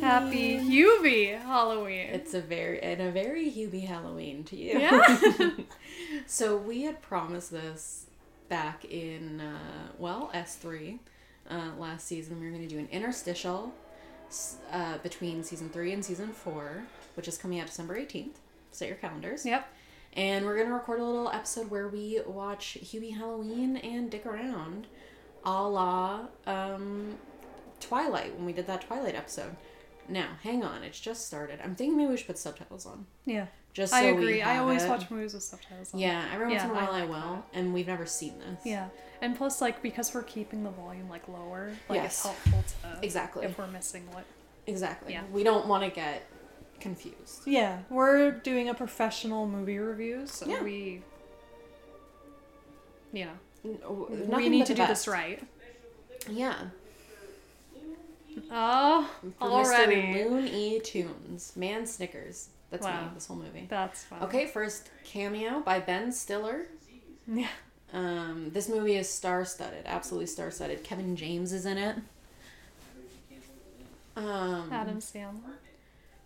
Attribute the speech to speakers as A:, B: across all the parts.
A: Happy Hubie Halloween.
B: It's a very and a very Hubie Halloween to you.
A: Yeah.
B: so we had promised this back in uh, well S three uh, last season. We were going to do an interstitial s- uh, between season three and season four, which is coming out December eighteenth. Set your calendars.
A: yep.
B: And we're going to record a little episode where we watch Hubie Halloween and dick around a la um, Twilight when we did that Twilight episode. Now, hang on, it's just started. I'm thinking maybe we should put subtitles on.
A: Yeah.
B: Just so
A: I
B: We
A: agree. I
B: have
A: always
B: it.
A: watch movies with subtitles on.
B: Yeah, every once
A: Yeah,
B: in a while
A: I
B: I,
A: like
B: will, and we've never seen this.
A: Yeah. And plus, like, because we're keeping the volume, like, lower, like,
B: Yes.
A: it's helpful to.
B: Exactly.
A: If we're missing what.
B: Exactly.
A: Yeah.
B: We don't want to get confused.
A: Yeah. We're doing a professional movie review, so
B: Yeah.
A: we. You know,
B: N- w-
A: we
B: nothing
A: need
B: but
A: to
B: the
A: do this
B: best.
A: right.
B: Yeah.
A: Oh,
B: For
A: already.
B: Mr. Loon E. Tunes. Man Snickers. That's
A: Wow.
B: me, this whole movie.
A: That's fun.
B: Okay, first cameo by Ben Stiller.
A: Yeah.
B: Um, this movie is star studded, absolutely star studded. Kevin James is in it. Um,
A: Adam Sandler.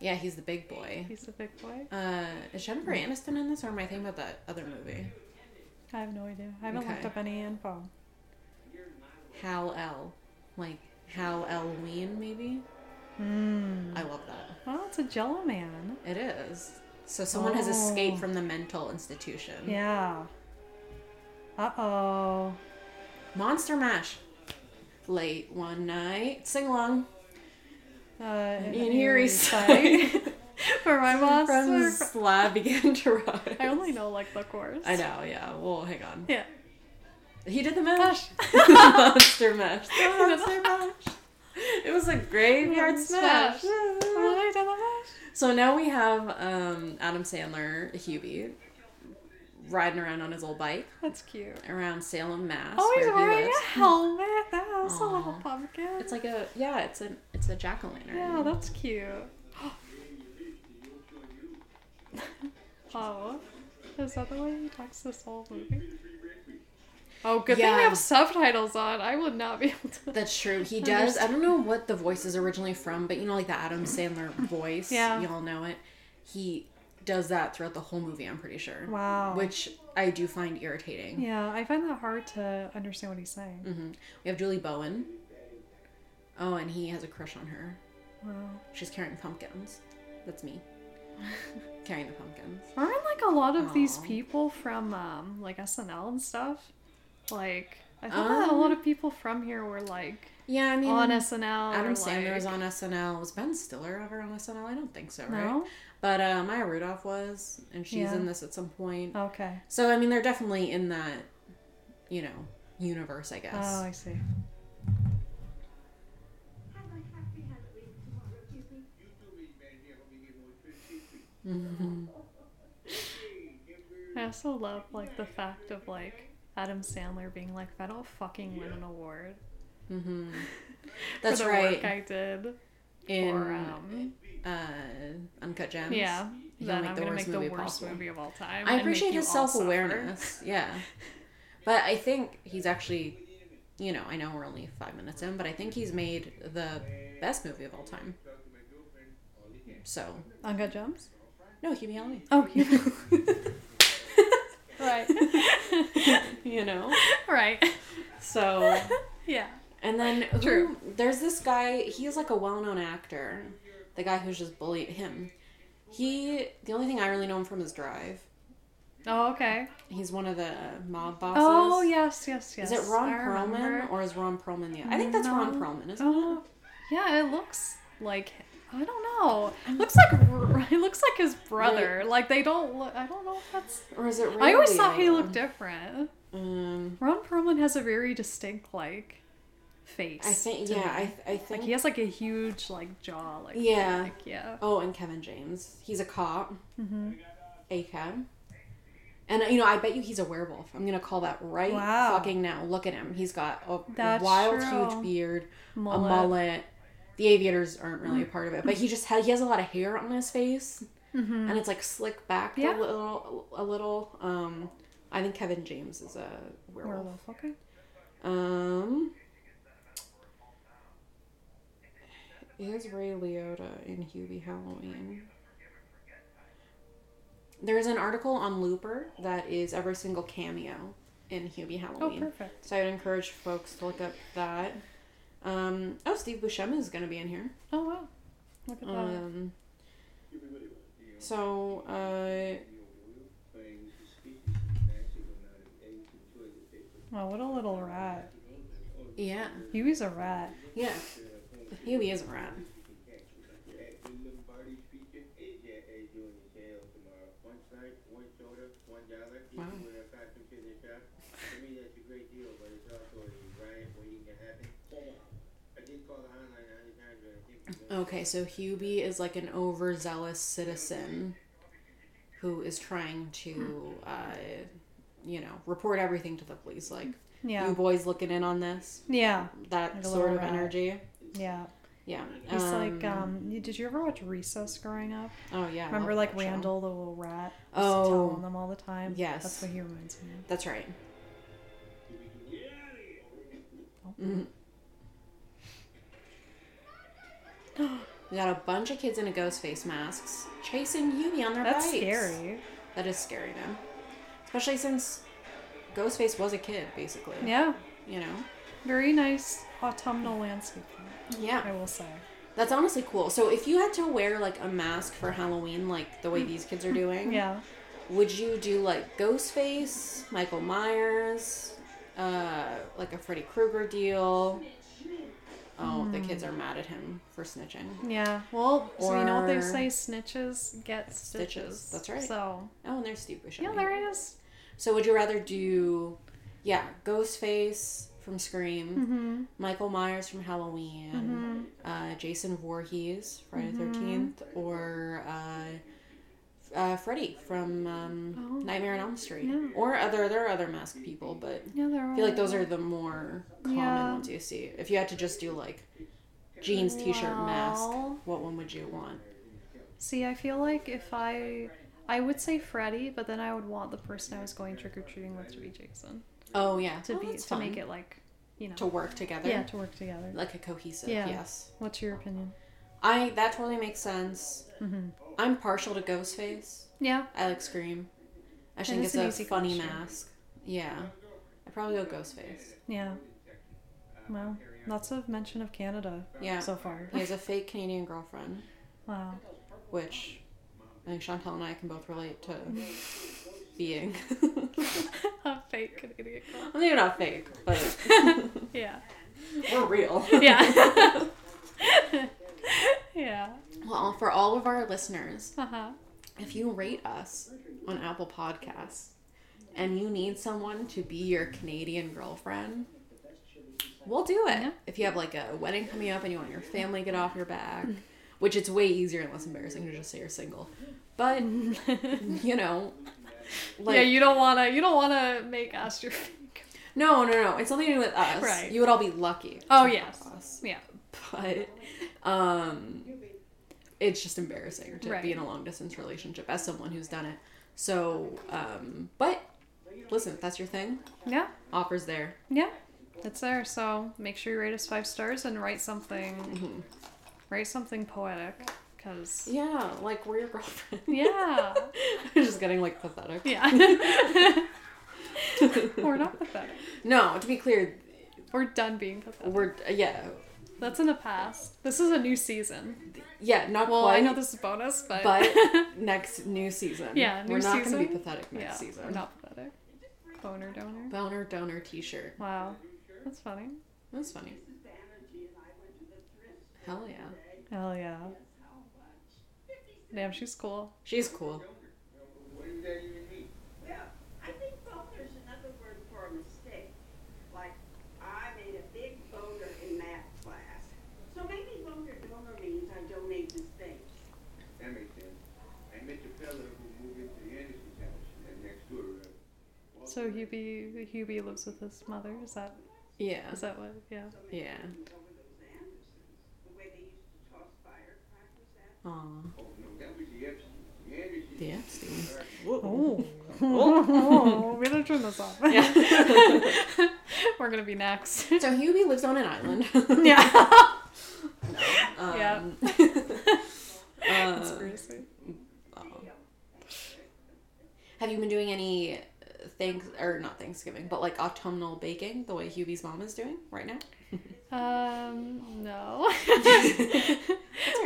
B: Yeah, he's the big boy.
A: He's a big boy.
B: Uh, is Jennifer Aniston in this, or am I thinking about that other movie?
A: I have no idea. I haven't looked
B: Okay.
A: up any info.
B: Hal L. Like Hal Elween, maybe?
A: Hmm.
B: I love that.
A: Well, it's a Jello man.
B: It is. So someone has
A: Oh.
B: escaped from the mental institution.
A: Mm. Yeah. Uh oh.
B: Monster Mash. Late one night. Sing along.
A: Uh,
B: In
A: an
B: eerie
A: sight.
B: sight.
A: For my boss.
B: From
A: or-
B: slab began to rise.
A: I only know like the chorus.
B: I know, yeah. Well, hang on.
A: Yeah.
B: He did the mash. monster mash. The monster mash. It was a graveyard smash.
A: Smash. Really, Delahaye?
B: So now we have um, Adam Sandler, Hubie, riding around on his old bike
A: That's cute.
B: around Salem, Mass.
A: Oh, he's
B: where he
A: wearing
B: lives.
A: a helmet. That was a little
B: Aw.
A: pumpkin.
B: It's like a yeah, it's a it's a jack o' lantern.
A: yeah, that's cute. oh. Is that the way he talks this whole movie? Oh, good thing we
B: Yeah.
A: have subtitles on. I would not be able to.
B: That's true. He does. I don't know what the voice is originally from, but you know, like the Adam Sandler voice.
A: Yeah.
B: Y'all know it. He does that throughout the whole movie, I'm pretty sure.
A: Wow.
B: Which I do find irritating.
A: Yeah, I find that hard to understand what he's saying.
B: hmm We have Julie Bowen. Oh, and he has a crush on her.
A: Wow.
B: She's carrying pumpkins. That's me. carrying the pumpkins.
A: Aren't like a lot of these
B: Aw.
A: people from um, like SNL and stuff? Like I thought that a lot of people from here were like
B: Yeah, Um, I mean,
A: on SNL.
B: Adam
A: or,
B: Sandler was
A: like-
B: on SNL. Was Ben Stiller ever on SNL? I don't think so, right?
A: No.
B: But uh, Maya Rudolph was, and she's
A: Yeah.
B: in this at some point.
A: Okay.
B: So I mean, they're definitely in that, you know, universe, I guess.
A: Oh, I see.
C: Have a happy Halloween tomorrow, Jimmy.
D: You two meet men here when we get more tricky.
B: Mhm.
A: I also love like the fact of like Adam Sandler being like, if I don't fucking win an award
B: Mhm. That's
A: for the
B: right.
A: work I did,
B: in
A: or um,
B: uh, Uncut Gems.
A: yeah,
B: He
A: then
B: made
A: I'm
B: the
A: gonna
B: worst
A: make the
B: movie
A: worst
B: possible.
A: movie of all time. and
B: I
A: make
B: appreciate
A: you
B: his
A: all
B: self
A: suffer.
B: awareness. Yeah. But I think he's actually, you know, I know we're only five minutes in, but I think he's made the best movie of all time.
D: Talk to my girlfriend all the time.
B: So,
A: Uncut Gems.
B: no, Hubie Halloween.
A: Oh, right,
B: you know?
A: right.
B: So,
A: Yeah.
B: and then who-
A: True.
B: there's this guy, he's like a well known actor. The guy who's just bullied him. He, the only thing I really know him from is Drive.
A: Oh, okay.
B: He's one of the mob bosses.
A: Oh, yes, yes, yes.
B: Is it Ron
A: I
B: Perlman
A: remember.
B: or is Ron Perlman the? I think that's Ron
A: No.
B: Perlman, isn't
A: Oh, yeah. It looks like I don't know.
B: Mm.
A: It looks like R- it looks like his brother. Like they don't look. I don't know if that's.
B: it? Or is it?
A: I always
B: Ray
A: thought he
B: Liotta?
A: looked different.
B: Um,
A: Ron Perlman has a very distinct like face.
B: I think
A: to
B: yeah.
A: me.
B: I I think
A: like he has like a huge like jaw. Like
B: Yeah.
A: like, yeah. Mm-hmm.
B: Oh, and Kevin James. He's a cop. A cab. And you know, I bet you he's a werewolf. I'm gonna call that right
A: Wow.
B: fucking now. Look at him. He's got a
A: That's
B: wild, huge
A: true.
B: beard,
A: Mullet. Mm.
B: a mullet. The aviators aren't really a part of it, but he just ha- he has a lot of hair on his face, and it's like slick back
A: Mm-hmm. Yeah.
B: a little. A little. Um, I think Kevin James is a werewolf.
A: Werewolf. Okay.
B: Um, Is Ray Liotta in Hubie Halloween? There's an article on Looper that is every single cameo in Hubie
A: Oh,
B: Halloween.
A: perfect.
B: so I would encourage folks to look up that. Um, oh, Steve Buscema is going to be in here.
A: Oh wow, look at that.
B: Um, so, uh,
A: oh, what a little rat.
B: yeah.
A: Huey's a rat.
B: Yeah. Hubie is a rat. Wow. Okay, so Hubie is like an overzealous citizen who is trying to, uh, you know, report everything to the police. Like,
A: Yeah.
B: you boys looking in on this?
A: Yeah.
B: That
A: Like a
B: sort
A: little
B: of
A: rat.
B: energy.
A: Yeah.
B: Yeah.
A: He's like, um, you- did you ever watch Recess growing up?
B: oh, yeah. I
A: Remember,
B: love
A: like
B: that show.
A: Randall, the little rat, used to tell
B: Oh.
A: on them all the time.
B: Yes.
A: That's what he reminds me
B: That's right. Mm-hmm. We got a bunch of kids in a ghost face masks chasing Hubie on their
A: of. That's
B: bikes.
A: scary.
B: That is scary, though. Especially since Ghostface was a kid, basically.
A: Yeah.
B: You know?
A: Very nice autumnal landscaping, I
B: Yeah.
A: will say.
B: That's honestly cool. So if you had to wear like a mask for Halloween, like the way these kids are doing,
A: Yeah.
B: would you do like Ghostface, Michael Myers, uh, like a Freddy Krueger deal? Oh, the kids are mad at him for snitching.
A: Yeah. Well, so you know what they
B: Or-
A: say: snitches get stitches.
B: Stitches, that's right.
A: So
B: Oh, and there's Steve Buscemi.
A: yeah, there it is.
B: So would you rather do, yeah, Ghostface from Scream,
A: Hmm. Mm-hmm.
B: Michael Myers from Halloween, uh, Jason Voorhees, Friday
A: Mm-hmm.
B: the 13th, or uh, uh, Freddy from um,
A: Oh.
B: Nightmare on Elm Street?
A: Yeah.
B: Or other, there are other masked people, but
A: Yeah, there are.
B: I feel like those are the more common
A: Yeah.
B: ones you see. If you had to just do like jeans, t-shirt, mask,
A: Well.
B: what one would you want?
A: See, I feel like if I, I would say Freddy, but then I would want the person I was going trick or treating with to be Jason
B: Oh yeah,
A: to
B: Oh,
A: be to
B: that's fun.
A: make it like, you know,
B: to work together.
A: yeah, to work together.
B: Like a cohesive,
A: Yeah.
B: yes.
A: What's your opinion?
B: I that totally makes sense.
A: Mhm.
B: I'm partial to Ghostface.
A: Yeah,
B: I like Scream. I just
A: That
B: think
A: is
B: it's
A: an
B: a
A: easy
B: funny
A: question.
B: mask. Yeah, I probably go Ghostface.
A: yeah. Wow, lots of mention of Canada
B: Yeah,
A: so far.
B: he has a fake Canadian girlfriend,
A: Wow.
B: which I think Chantal and I can both relate to being.
A: a fake Canadian. girl.
B: Well, Maybe not fake, but
A: Yeah.
B: we're real.
A: Yeah. yeah.
B: well, for all of our listeners,
A: Uh huh.
B: if you rate us on Apple Podcasts and you need someone to be your Canadian girlfriend, we'll do it.
A: Yeah.
B: If you have like a wedding coming up and you want your family to get off your back, which it's way easier and less embarrassing to just say you're single. But you know, like
A: yeah, you don't wanna you don't wanna make us your fake.
B: no, no, no, it's nothing to do with us.
A: Right.
B: You would all be lucky.
A: Oh,
B: to have
A: yes.
B: us.
A: Yeah.
B: But um, it's just embarrassing to
A: Right.
B: be in a long distance relationship as someone who's done it. So, um, but listen, if that's your thing.
A: Yeah.
B: Offers there.
A: Yeah. It's there, so make sure you rate us five stars and write something
B: Mm-hmm.
A: write something poetic. Cause
B: Yeah, like we're your girlfriend.
A: Yeah.
B: I'm just getting like pathetic.
A: Yeah. We're not pathetic.
B: No, to be clear,
A: We're done being pathetic.
B: we're yeah,
A: That's in the past. This is a new season.
B: yeah, not
A: Well,
B: quite.
A: I know this is bonus, but
B: but next new season.
A: Yeah,
B: we're
A: new
B: not gonna be
A: season.
B: pathetic next
A: yeah,
B: season.
A: we're not pathetic. Boner donor.
B: Boner donor T-shirt.
A: Wow. That's funny.
B: That's funny. Hell yeah,
A: Hell yeah. Damn, she's cool.
B: she's cool.
D: What does that even mean?
E: Well, I think boner's another word for a mistake. Like, I made a big boner in math class. So maybe boner donor means I donate this thing.
D: That makes sense. I met the fella who moved into the Anderson's house and next door. uh, walked
A: So
D: around.
A: Hubie Hubie lives with his mother. Is that
B: Yeah,
A: is that what? Yeah.
B: yeah.
E: Over those Andersons, the way they used to toss firecrackers at
B: Aw,
D: Oh, no, that was the Epstein. The Andersons.
B: the Epstein.
A: Oh. oh, we gotta turn this off. We're gonna be next.
B: So Hubie lives on an island.
A: Yeah.
B: Um,
A: Yeah.
B: uh,
A: Conspiracy.
B: oh. Have you been doing any uh, thanks or not Thanksgiving, but like autumnal baking the way Hubie's mom is doing right now?
A: Um, no.
B: right.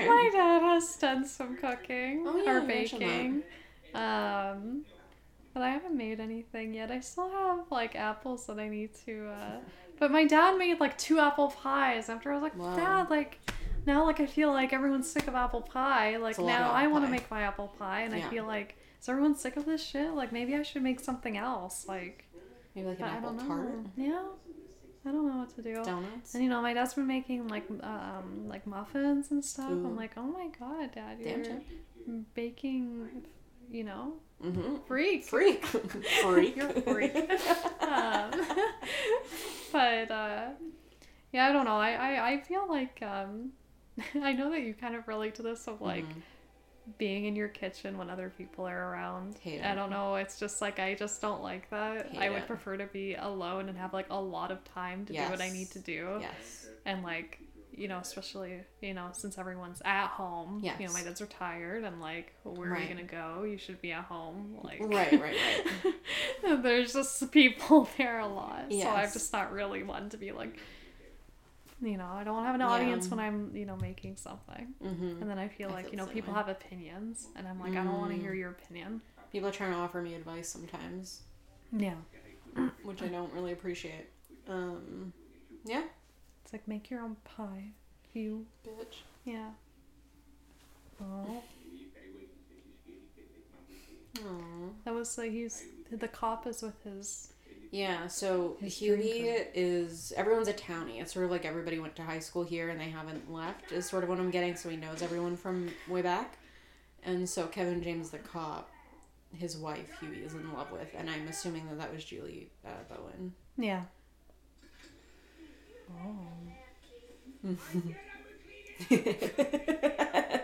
A: My dad has done some cooking
B: Oh, yeah,
A: or
B: you mentioned that.
A: baking. Um, but I haven't made anything yet. I still have like apples that I need to. Uh... But my dad made like two apple pies after I was like,
B: Wow.
A: Dad, like. Now, like I feel like everyone's sick of apple pie. Like
B: a lot of
A: now,
B: apple
A: I want to
B: pie.
A: make my apple pie, and I
B: Yeah.
A: feel like is everyone sick of this shit? Like maybe I should make something else. Like,
B: Maybe like an
A: but I
B: apple
A: don't know.
B: tart,
A: Yeah, I don't know what to do.
B: donuts.
A: And you know, my dad's been making like um like muffins and stuff.
B: Ooh.
A: I'm like, oh my god, dad, you're
B: Damn chef.
A: baking, you know,
B: Mm-hmm.
A: freak.
B: Freak. freak.
A: You're a freak. um, but uh, yeah, I don't know. I I, I feel like um, I know that you kind of relate to this of like
B: Mhm.
A: being in your kitchen when other people are around.
B: Hate
A: I
B: it.
A: don't know. It's just like I just don't like that.
B: Hate
A: I would
B: it.
A: prefer to be alone and have like a lot of time to do what I
B: Yes.
A: need to do
B: Yes.
A: and like you know especially you know since everyone's at home you know
B: Yes.
A: my dad's retired and like where are
B: Right.
A: you gonna go you should be at home like
B: Right, right, right.
A: and there's just people there a lot so i'm
B: Yes.
A: just not really one to be like you know i don't want to have an
B: Yeah.
A: audience when i'm you know making something
B: Mm-hmm.
A: and then i feel
B: I
A: like
B: feel
A: you know
B: the same
A: people
B: way. Mm.
A: have opinions and i'm like i don't want to hear your opinion
B: People are trying to offer me advice sometimes,
A: yeah
B: which I don't really appreciate. Um, yeah,
A: it's like make your own pie you
B: bitch.
A: yeah oh
B: Aww.
A: That was like he's the cop is with his.
B: Yeah, so
A: His
B: Huey
A: dream
B: is everyone's a townie. It's sort of like everybody went to high school here and they haven't left. Is sort of what I'm getting. So he knows everyone from way back, and so Kevin James the cop, his wife Huey is in love with, and I'm assuming that that was Julie uh, Bowen.
A: Yeah. Oh.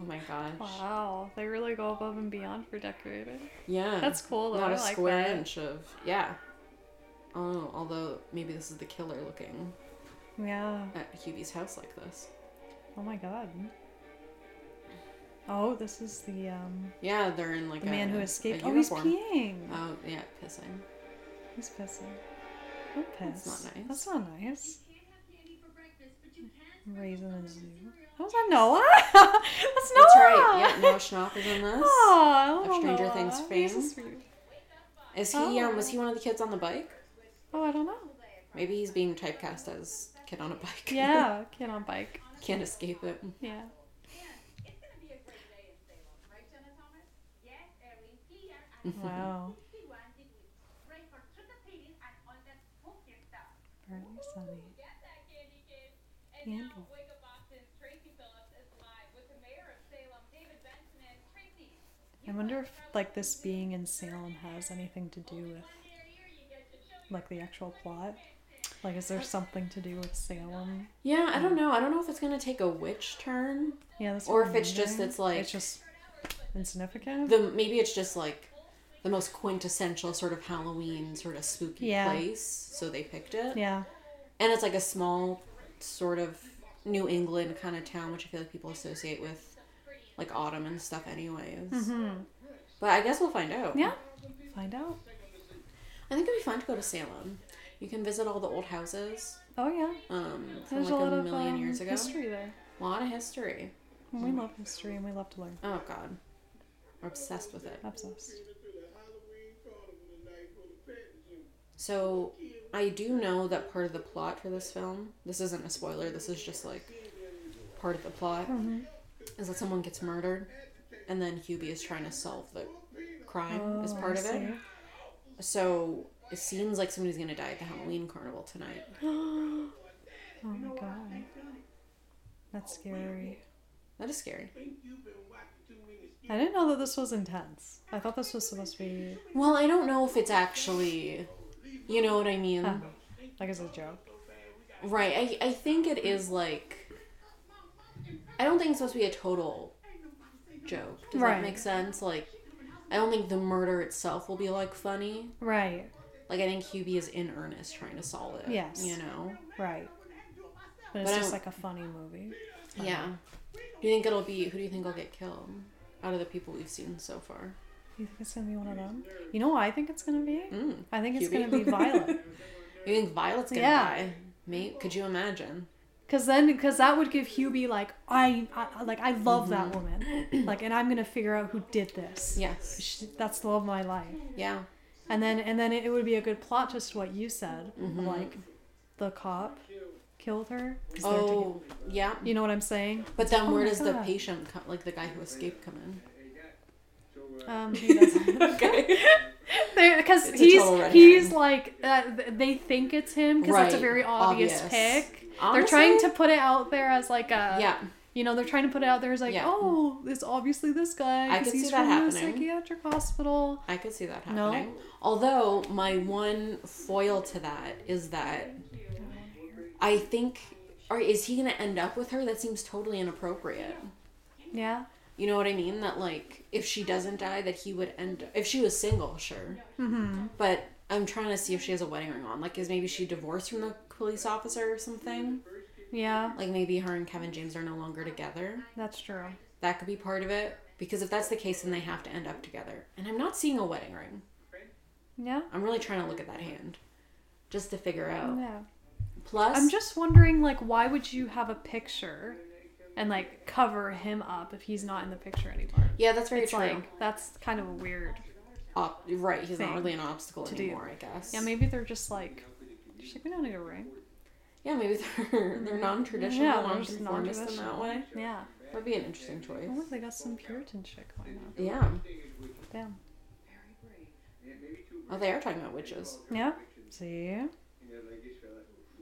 B: oh my gosh!
A: Wow, they really go above and beyond for decorating.
B: Yeah,
A: That's cool though.
B: not
A: I
B: a
A: like
B: square
A: that.
B: inch of yeah. Oh, although maybe this is the killer looking
A: Yeah.
B: at Hubie's house like this.
A: Oh my god. Oh, this is the um
B: Yeah, they're in like
A: the
B: a
A: man who
B: a
A: escaped. Oh, he's
B: uniform.
A: peeing.
B: Oh yeah, pissing.
A: He's pissing. Don't piss.
B: That's not nice.
A: That's not nice.
C: can't have candy for breakfast, but you can
A: Raisin and zoo.
C: cereal.
A: That was that Noah. That's Noah. Oh,
B: That's right. Yeah, Noah Oh! Schnapp is in this.
A: Aw,
B: Of
A: little
B: Stranger
A: Noah.
B: Things
A: He's
B: fame.
A: a sweet-
B: Is he? Um, was he one of the kids on the bike?
A: Oh, I don't know.
B: Maybe he's being typecast as kid on a bike.
A: Yeah, kid on bike.
B: Can't escape it.
A: Yeah.
C: It's gonna be a great day in Salem, right, Jenna Thomas? Yes, Erin, here at
A: Mm-hmm. Wow.
C: fifty-one degrees. Great for trick-or-treating and all that spooky stuff.
A: Very sunny.
C: Get that candy, kids. And
A: Candy.
C: now, Wake Up Boston's Tracy Phillips is live with the mayor of Salem, David Benson, and Tracy.
A: I wonder if like this being in Salem has anything to do with like the actual plot. Like, is there something to do with Salem?
B: Yeah, I don't know. I don't know if it's gonna take a witch turn
A: Yeah, that's
B: or
A: what
B: if
A: I'm
B: it's just
A: wondering.
B: it's like
A: it's just insignificant.
B: the maybe it's just like the most quintessential sort of Halloween sort of spooky
A: Yeah.
B: place. So they picked it.
A: yeah,
B: And it's like a small sort of New England kind of town, which I feel like people associate with like autumn and stuff, anyways. Mm-hmm. But I guess we'll find out.
A: Mm-hmm. yeah. Find out.
B: I think it'd be fun to go to Salem. You can visit all the old houses
A: Oh yeah,
B: um, from
A: there's
B: like
A: a
B: a,
A: lot of
B: million
A: um,
B: years ago. Mm-hmm.
A: history there.
B: A lot of history.
A: And we love history and we love to learn.
B: Oh god, we're obsessed with it.
A: Obsessed.
B: So I do know that part of the plot for this film. This isn't a spoiler. This is just like part of the plot. Is that someone gets murdered, and then Hubie is trying to solve the crime as
A: Oh,
B: part
A: I
B: of it. So it seems like somebody's gonna die at the Halloween carnival tonight.
A: see. oh my god, that's scary.
B: That is scary.
A: I didn't know that this was intense. I thought this was supposed to be
B: Well, I don't know if it's actually, you know what I mean,
A: Huh. like as a joke.
B: right? I I think it is like. I don't think it's supposed to be a total joke. Does
A: Right.
B: that make sense? Like, I don't think the murder itself will be like funny.
A: Right.
B: Like, I think Hubie is in earnest trying to solve it.
A: Yes.
B: You know.
A: Right. But it's
B: But I-
A: just like a funny movie.
B: Yeah. You think it'll be who do you think will get killed out of the people we've seen so far?
A: You think it's gonna be one of them? You know what I think it's gonna be?
B: Mm.
A: I think it's
B: Hubie.
A: gonna be Violet.
B: You think Violet's gonna
A: Yeah.
B: die? Mate, could you imagine?
A: Cause then, because that would give Hubie like I, I like I love that woman, like, and I'm gonna figure out who did this.
B: Mm-hmm. Yes.
A: She, that's the love of my life.
B: Yeah.
A: And then, and then it, would be a good plot, just what you said,
B: Mhm.
A: like, the cop killed her. 'cause they're together.
B: Oh, yeah.
A: you know what I'm saying?
B: But then
A: Oh
B: where
A: my
B: does the
A: God.
B: patient come, like the guy who escaped, come in?
A: Um, he doesn't.
B: okay.
A: Because
B: It's a
A: he's
B: total red
A: he's
B: herring.
A: like uh, th- they think it's him because that's a
B: Right,
A: very obvious,
B: obvious.
A: pick. They're trying to
B: Honestly,
A: put it out there as like a
B: Yeah.
A: you know they're trying to put it out there as like
B: Yeah.
A: oh it's obviously this guy
B: I
A: 'cause
B: could see
A: he's
B: that
A: from the
B: happening.
A: psychiatric hospital.
B: I could see that
A: No?
B: happening. Although my one foil to that is that I think or is he gonna end up with her? That seems totally inappropriate.
A: Yeah,
B: You know what I mean? That like if she doesn't die that he would end if she was single, sure.
A: hmm
B: But I'm trying to see if she has a wedding ring on. Like is maybe she divorced from the police officer or something?
A: yeah,
B: Like maybe her and Kevin James are no longer together.
A: that's true.
B: That could be part of it. Because if that's the case then they have to end up together. And I'm not seeing a wedding ring.
A: Yeah,
B: I'm really trying to look at that hand. Just to figure out.
A: yeah.
B: Plus
A: I'm just wondering like why would you have a picture and like cover him up if he's not in the picture anymore?
B: Yeah, that's very
A: It's
B: true.
A: like that's kind of weird.
B: Ob- right, he's not
A: thing
B: really an obstacle
A: to do.
B: anymore, I guess.
A: Yeah, maybe they're just like just like we don't need a ring.
B: Yeah, maybe they're they're non-traditional,
A: Yeah, they're just
B: non-conformist in that
A: non-traditional.
B: way.
A: Yeah.
B: Would be an interesting choice.
A: Oh, look, they got some Puritan shit going on.
B: Yeah.
A: Damn.
B: Oh, they are talking about witches.
A: Yeah. See?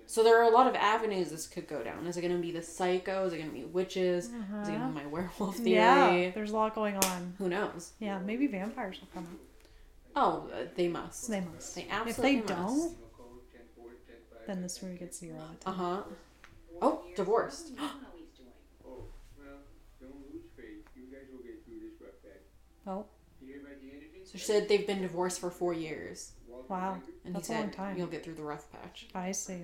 B: So there are a lot of avenues this could go down. Is it going to be the psycho? Is it going to be witches? Is it going to
A: Uh-huh.
B: be my werewolf theory?
A: Yeah. There's a lot going on.
B: Who knows?
A: Yeah, maybe vampires will come up.
B: Oh, uh, they must.
A: They must.
B: They
A: If
B: absolutely
A: they
B: must.
A: don't, then this movie gets zero out of
B: Uh
A: ten.
B: huh. Oh, divorced.
D: Oh, well, don't lose faith. You guys will get through this rough patch.
A: Oh,
D: You hear about the energy?
B: So she said they've been divorced for four years,
D: Walter
A: wow.
D: Reagan?
B: and
A: That's a
B: he said
A: long time.
B: you'll get through the rough patch.
A: I see.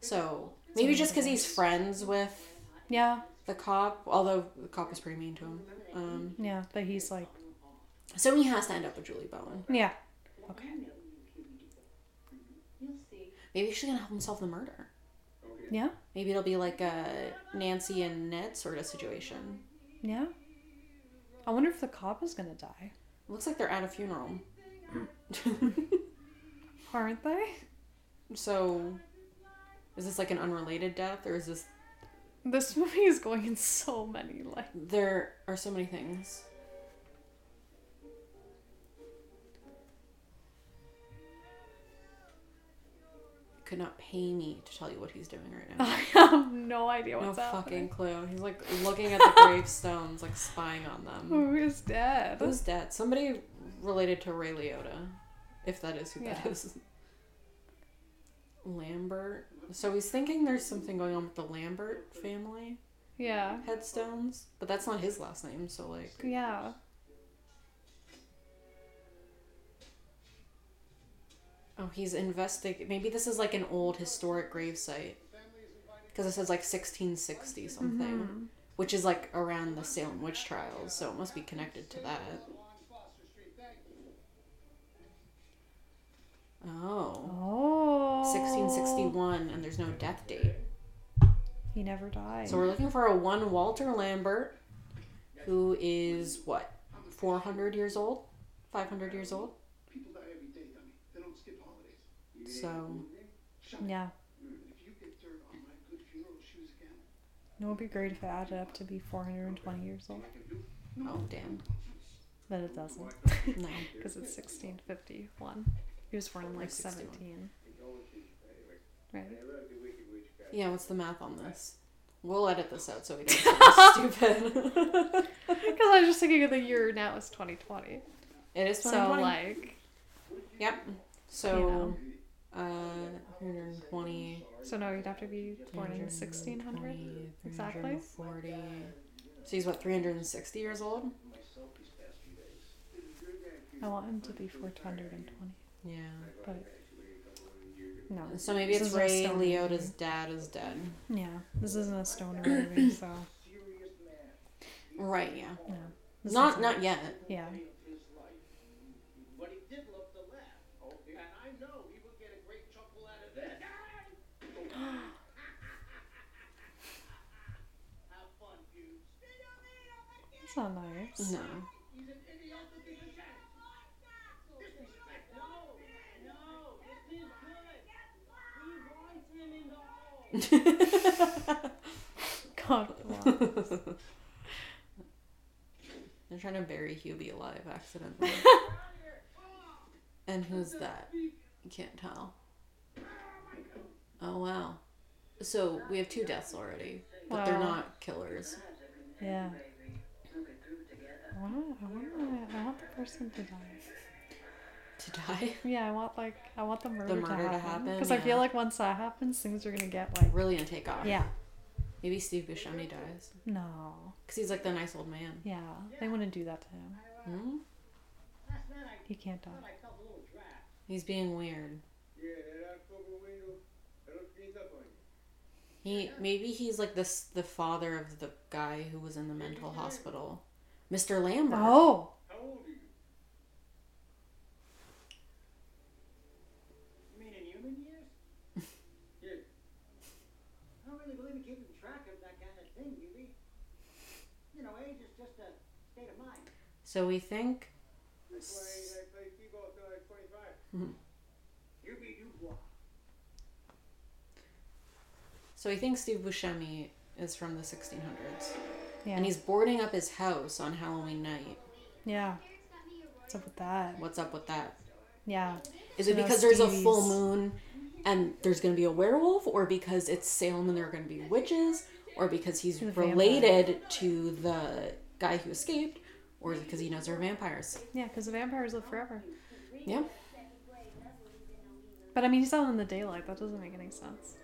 B: So maybe just because he's friends with
A: Yeah,
B: the cop, although the cop was pretty mean to him. Um,
A: yeah, but he's like,
B: so he has to end up with Julie Bowen.
A: yeah.
B: Maybe she's gonna help him solve the murder.
D: Okay.
A: Yeah,
B: Maybe it'll be like a Nancy and Ned sort of situation.
A: yeah. I wonder if the cop is gonna die.
B: Looks like they're at a funeral.
A: Aren't they?
B: so, is this like an unrelated death, or is this
A: This movie is going in so many like
B: there are so many things? Could not pay me to tell you what he's doing right now.
A: I have no idea
B: No
A: what's
B: fucking
A: happening.
B: clue. He's like looking at the gravestones, like spying on them.
A: Who is dead?
B: Who's dead? Somebody related to Ray Liotta, if that is who that
A: Yeah.
B: is. Lambert. So he's thinking there's something going on with the Lambert family
A: Yeah.
B: headstones, but that's not his last name. So like,
A: Yeah.
B: oh, he's investigating. Maybe this is like an old historic gravesite, because it says like 1660 something,
A: Mhm.
B: which is like around the Salem witch trials. So it must be connected to that.
D: On Foster Street, thank you.
B: Oh.
A: Oh.
B: 1661, and there's no death date.
A: Oh. He never died.
B: So we're looking for a one Walter Lambert, who is what, 400 years old? 500 years old?
D: People die every day, honey. They don't skip holidays. You ain't
B: So-
D: moving? Shut up.
A: yeah.
D: If you get dirt on my good funeral shoes again,
A: It would be great if it added up to be 420 years old,
D: I can do
B: Oh, damn.
A: but it doesn't
B: No.
A: because it's 1651. He was born in like
B: 61.
A: 17,
D: condolences. Anyway,
A: right?
D: I love the wicked witch guy.
B: Yeah, what's the math on this? We'll edit this out so we don't sound stupid.
A: Because I was just thinking of the year now is 2020.
B: it is
A: So
B: 2020.
A: like,
B: yep. So, uh, 120.
A: so no, you'd have to be born in 1600.
B: 320,
A: Exactly.
B: 340. So he's what, 360 years old?
A: I want him to be 420.
B: Yeah.
A: But
D: Actually, a couple of years ago.
A: No.
B: So maybe
A: This
B: it's
A: isn't a
B: Ray
A: stoner
B: Liotta's dad is dead.
A: movie. Yeah, this isn't a stoner movie, so
F: Serious man.
B: Right, yeah.
A: no. This
B: not
A: isn't-
B: not yet.
A: Yeah.
F: of his life. But he did love to laugh. Okay. And I know he would get a great chuckle out of that. Have fun, Hughes.
A: That's not nice.
B: No.
F: He's an idiot to be a chance. Disrespect. No, no, this is good. We want him in the hall.
A: God. wow.
B: They're trying to bury Hubie alive accidentally. and who's that? You can't tell. Oh wow. So we have two deaths already, but they're
A: Wow.
B: not killers.
A: Yeah. I want, I, want, I want the person to die.
B: To die?
A: Yeah, I want like I want the murder,
B: murder to
A: to happen
B: happen,
A: because I
B: yeah.
A: feel like once that happens, things are gonna get like
B: Really gonna take off.
A: yeah,
B: Maybe Steve Buscemi dies.
A: no,
B: Because he's like the nice old man.
A: yeah, they wouldn't do that to him.
B: Hmm?
F: Last night I
A: He can't die.
F: thought I felt a little draft.
B: He's being weird.
F: Yeah, that out fucking window, that'll sneak up on you.
B: He maybe he's like this the father of the guy who was in the mental hospital. Mr. Lambert.
A: Oh,
F: How old are you? You mean in human years? yeah. I don't really believe in keeping track of that kind of thing, you read. You know, age is just a state of mind.
B: So we think
F: That's why I, I played t-ball till I was 25.
B: Mhm.
F: You be you walk.
B: so we think Steve Buscemi is from the 1600s.
A: yeah,
B: And he's boarding up his house on Halloween night.
A: yeah. What's up with that?
B: What's up with that?
A: Yeah,
B: Is it
A: No,
B: because there's a full
A: Stevie's-
B: moon and there's going to be a werewolf or because it's Salem and there are going to be witches or because he's
A: He's a vampire.
B: related to the guy who escaped or is it because he knows there are vampires?
A: yeah, because the vampires live forever.
B: Yeah.
A: But I mean, he's out in the daylight. That doesn't make any sense.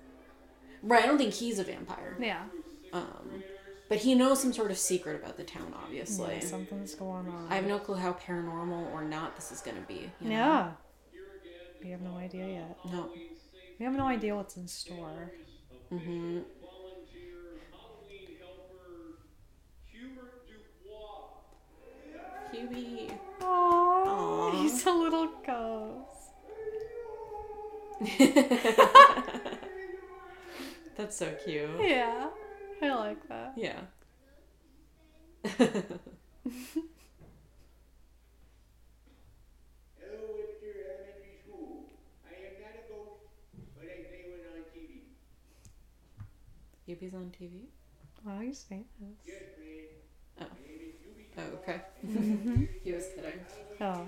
B: Right, I don't think he's a vampire.
A: Yeah,
B: Um, but he knows some sort of secret about the town, obviously.
A: yeah something's going on.
B: I have no clue how paranormal or not this is going to be. you know?
A: yeah, we have no idea yet.
B: No.
A: We have no idea what's in store.
B: hmm
G: volunteer Halloween helper Hubert Dubois.
B: Hubie.
A: Aww,
B: Aw.
A: he's a little ghost.
B: That's so cute.
A: Yeah, I like that.
B: Yeah.
F: Hello, Webster Elementary School. I am not a ghost, but I play one on TV.
B: Hubie's on TV?
A: Wow, he's famous.
F: Yes, man.
B: Oh.
F: My name is Yubi.
B: Oh, okay. he was kidding.
A: Oh,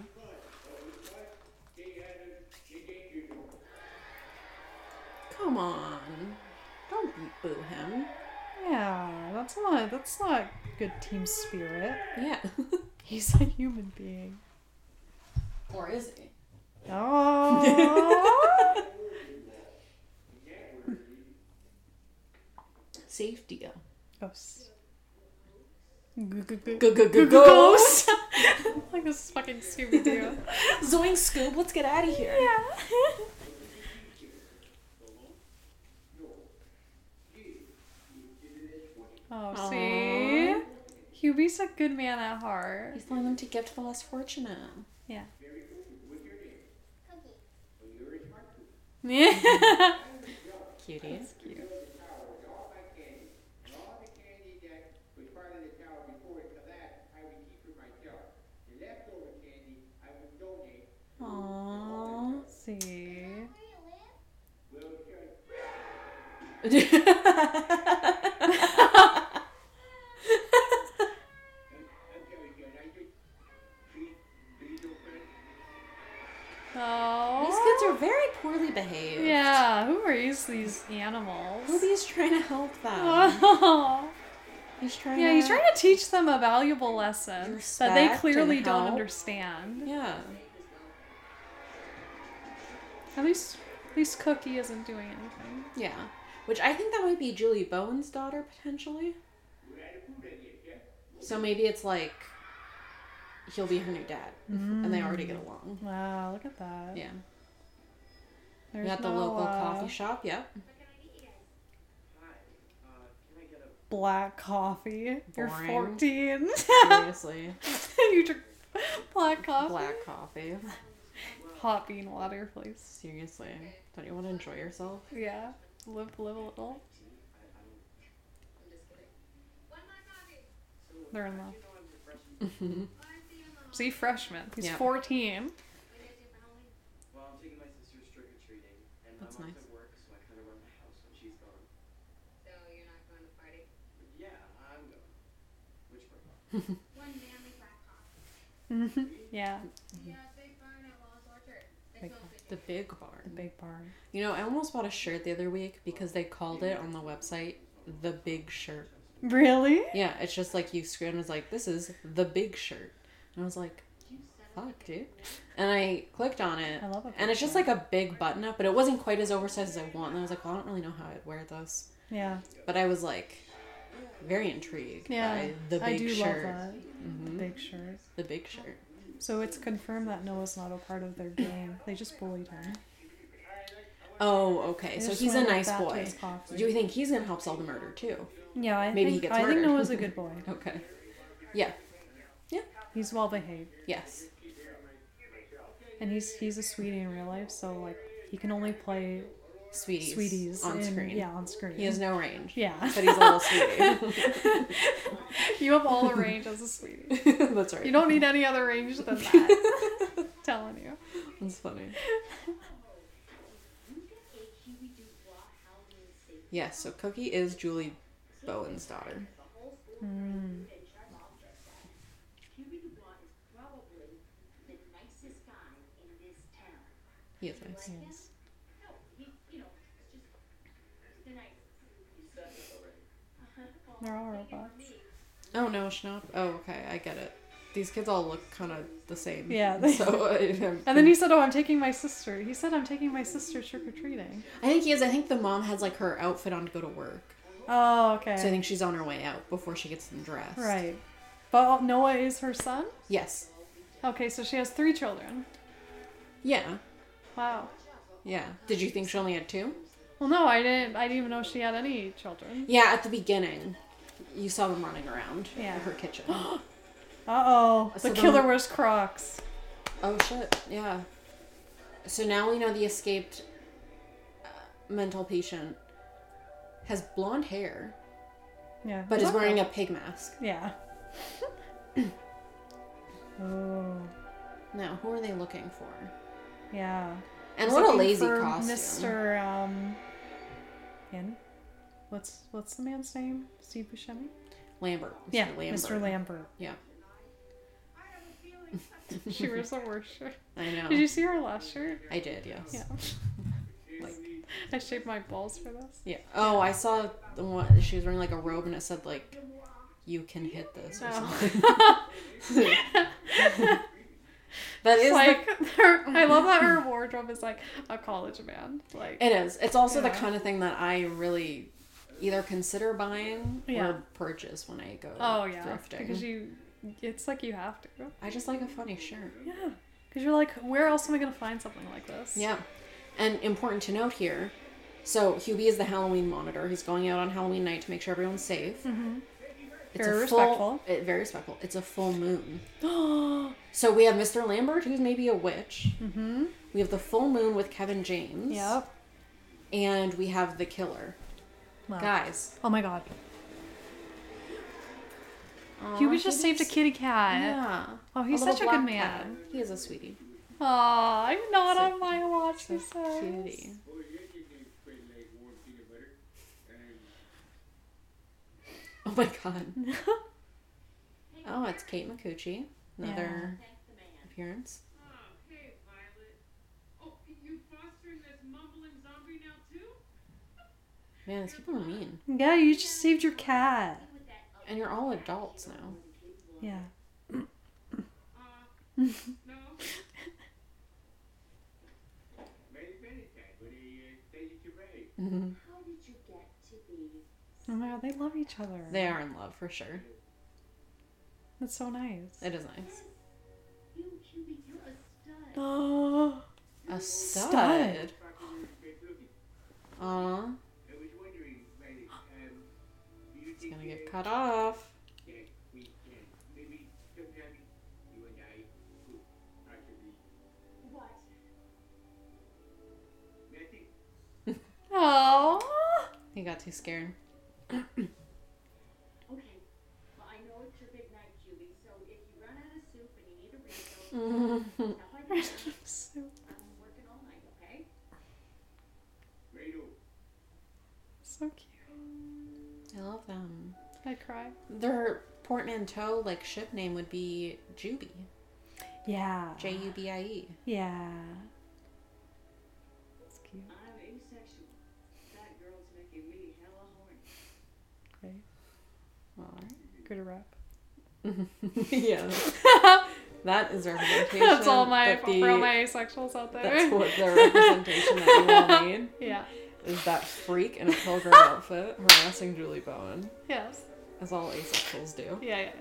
F: They had a, they danger zone.
B: Come on. Don't boo him.
A: yeah, that's not that's not good team spirit.
B: Yeah.
A: He's a human being.
B: or is he?
A: Oh,
B: Safety.
A: ghost. Ghost.
B: Ghost.
A: Like this is fucking Scooby Doo.
B: Zoink Scoob, let's get out of here.
A: yeah. Oh, see, Hubie's a good man at heart.
B: He's learning to give to the less fortunate.
A: Yeah.
F: Very good. What's your name? Cookie. Well, you're a smart cookie.
A: Yeah.
B: Cuties.
F: Build the tower with all my candy. And all the candy that was part of the tower before it collapsed, I would keep for myself. The leftover candy, I would donate.
B: Aww.
A: see.
F: Well, sure. I'm, I'm sorry, Jen. I just, please, please don't panic.
B: These
A: Oh.
B: kids are very poorly behaved.
A: Yeah. Who raised these animals?
B: Ruby's trying to help them.
A: Oh.
B: He's trying.
A: Yeah,
B: to...
A: he's trying to teach them a valuable lesson that
B: Respect
A: they
B: and
A: clearly don't
B: help.
A: understand.
B: Yeah.
A: At least, at least Cookie isn't doing anything.
B: Yeah. Which I think that might be Julie Bowen's daughter potentially.
F: Would I have food idea, Jen?
B: So maybe it's like he'll be her new dad, and they already get along.
A: Wow, look at that.
B: Yeah.
A: Mm. There's
B: At the
A: no,
B: local
A: uh,
B: coffee shop, yep.
F: Hi, uh, can I get a
A: Black coffee. You're
B: Boring.
A: 14.
B: Seriously.
A: you drink black coffee.
B: Black coffee.
A: Hot bean water, please.
B: Seriously. Don't you want to enjoy yourself?
A: Yeah. Live, live a little. They're in love. See, freshman. He's
B: Yeah.
A: 14.
F: Well, I'm taking my sister's trick or treating, and
B: That's
F: my mom's
B: nice.
F: at work, so I kind of run the house when she's gone. But yeah, I'm going. Which part?
C: One manly black coffee.
A: yeah.
C: Yeah, they burn at Lowe's Orchard. They
B: Like
C: close it.
B: the big barn.
A: Big bar.
B: You know, I almost bought a shirt the other week because they called it on the website the big shirt.
A: Really?
B: Yeah, it's just like you scream it's like this is the big shirt. And I was like, fuck, dude. And I clicked on it.
A: I love a
B: And it's
A: big
B: just like a big button up, but it wasn't quite as oversized as I want. And I was like, well, I don't really know how I'd wear this.
A: Yeah.
B: But I was like very intrigued
A: Yeah.
B: by the big
A: I do
B: shirt.
A: love that.
B: Mhm.
A: Big shirt.
B: The big shirt.
A: So it's confirmed that Noah's not a part of their game. They just bullied him.
B: Oh, okay.
A: They
B: So
A: just
B: he's a
A: went
B: nice
A: back to
B: boy.
A: his coffee.
B: Do you think he's gonna help solve the murder too?
A: Yeah, I
B: Maybe he
A: think
B: gets
A: I think
B: murdered.
A: Noah's a good boy.
B: Okay. Yeah.
A: He's well behaved,
B: Yes.
A: and he's he's a sweetie in real life. So like he can only play
B: Sweeties.
A: sweeties
B: on
A: in-
B: screen.
A: Yeah, on screen.
B: He has no range.
A: Yeah,
B: But he's a little sweetie.
A: you have all the range as a sweetie.
B: That's right.
A: You don't need any other range than that. telling you.
B: That's funny. Yes, so Cookie is Julie Bowen's daughter. He is nice.
A: They're all robots.
B: Oh no, Schnapp. Oh, okay, I get it. These kids all look kind of the same.
A: Yeah, they-
B: so uh,
A: And then he said, "Oh, I'm taking my sister." He said, "I'm taking my sister trick or treating."
B: I think he is. I think the mom has like her outfit on to go to work.
A: Oh, okay.
B: So I think she's on her way out before she gets them dressed.
A: right. But Noah is her son.
B: Yes.
A: Okay, so she has three children.
B: Yeah.
A: Wow.
B: Yeah. Did you think she only had two?
A: Well, no, I didn't. I didn't even know she had any children.
B: Yeah, at the beginning, you saw them running around
A: Yeah.
B: in her kitchen.
A: Uh oh. The
B: So then-
A: killer wears Crocs.
B: oh shit! Yeah. So now we know the escaped uh, mental patient has blonde hair,
A: Yeah.
B: but is wearing a pig mask.
A: Yeah. oh.
B: Now, who are they looking for?
A: Yeah.
B: And
A: He's
B: what a
A: looking
B: lazy
A: for
B: costume!
A: Mr. Um. In. What's what's the man's name? Steve Buscemi.
B: Lambert. Mr.
A: yeah,
B: Lambert.
A: Mr. Lambert.
B: Yeah,
A: She wears a worse shirt.
B: I know.
A: Did you see her last shirt?
B: I did. Oh. Yes.
A: Yeah.
B: Like,
A: I shaved my balls for this.
B: yeah. Oh, I saw the one. She was wearing like a robe, and it said like, "You can hit this." Or something.
A: Oh.
B: That is
A: It's
B: the
A: like her, I love that her wardrobe is like a college band. Like
B: It is. It's also the
A: Yeah.
B: kind of thing that I really either consider buying
A: Yeah.
B: or purchase when I go
A: oh yeah,
B: thrifting.
A: because you, it's like you have to.
B: I just like a funny shirt.
A: Yeah, because you're like, where else am I gonna find something like this?
B: Yeah. And important to note here so Hubie is the Halloween monitor. He's going out on Halloween night to make sure everyone's safe. It's
A: Mm-hmm. Very
B: a full,
A: respectful.
B: It, very respectful. It's a full moon. so we have Mr. Lambert, who's maybe a witch. Mm-hmm. We have the full moon with Kevin James.
A: Yep.
B: And we have the killer.
A: Wow.
B: Guys.
A: Oh my god. Hubie just saved a kitty cat.
B: Yeah.
A: Oh, he's
B: little
A: such a good
B: black
A: man.
B: cat. He is a sweetie.
A: Aw, I'm not
B: So-
A: on my watch. he says.
B: Cutie.
F: Oh, yeah, you can create like warm peanut butter. And
B: Oh my god. oh, it's Kate McCucci. Another appearance.
C: Oh, hey, Violet. Oh, you fostering this mumbling zombie now, too?
B: Man, these people are mean.
A: Yeah, you just saved your cat.
B: And you're all adults now.
A: Yeah.
C: Uh, no.
F: many, many thanks for the uh, thing you made.
H: How did you get to be
A: Oh my god, they love each other.
B: They are in love for sure.
A: That's so nice.
B: It is nice.
H: you, Cubie? You're a stud.
A: Oh.
B: A stud.
A: Stud.
B: Aw,
F: I was wondering, Riley, um, do you
B: it's
F: think
B: gonna get
F: uh,
B: cut off.
F: that we can maybe sometime you and I could actually
H: What?
F: I think
A: Oh.
B: He got too scared.
H: Okay. Well, I know it's your big night, Julie, so if you run out of soup and you need a refill,
B: Wait,
H: tell my dad
A: so
H: I'm working all night, okay?
F: Rado,
A: so cute.
B: I love them.
A: I cry.
B: Their portmanteau, like ship name, would be Juby.
A: Yeah.
B: J U B I E.
A: Yeah. That's cute.
E: I'm asexual. That girl's making me hella horny.
A: Okay. Good a wrap.
B: yeah, that is representation.
A: that's all my
B: but
A: for all
B: the-
A: my asexuals out there.
B: That's what the representation that we all need
A: yeah.
B: is that freak in a pilgrim outfit harassing Julie Bowen,
A: Yes.
B: as all asexuals do.
A: Yeah. Yeah.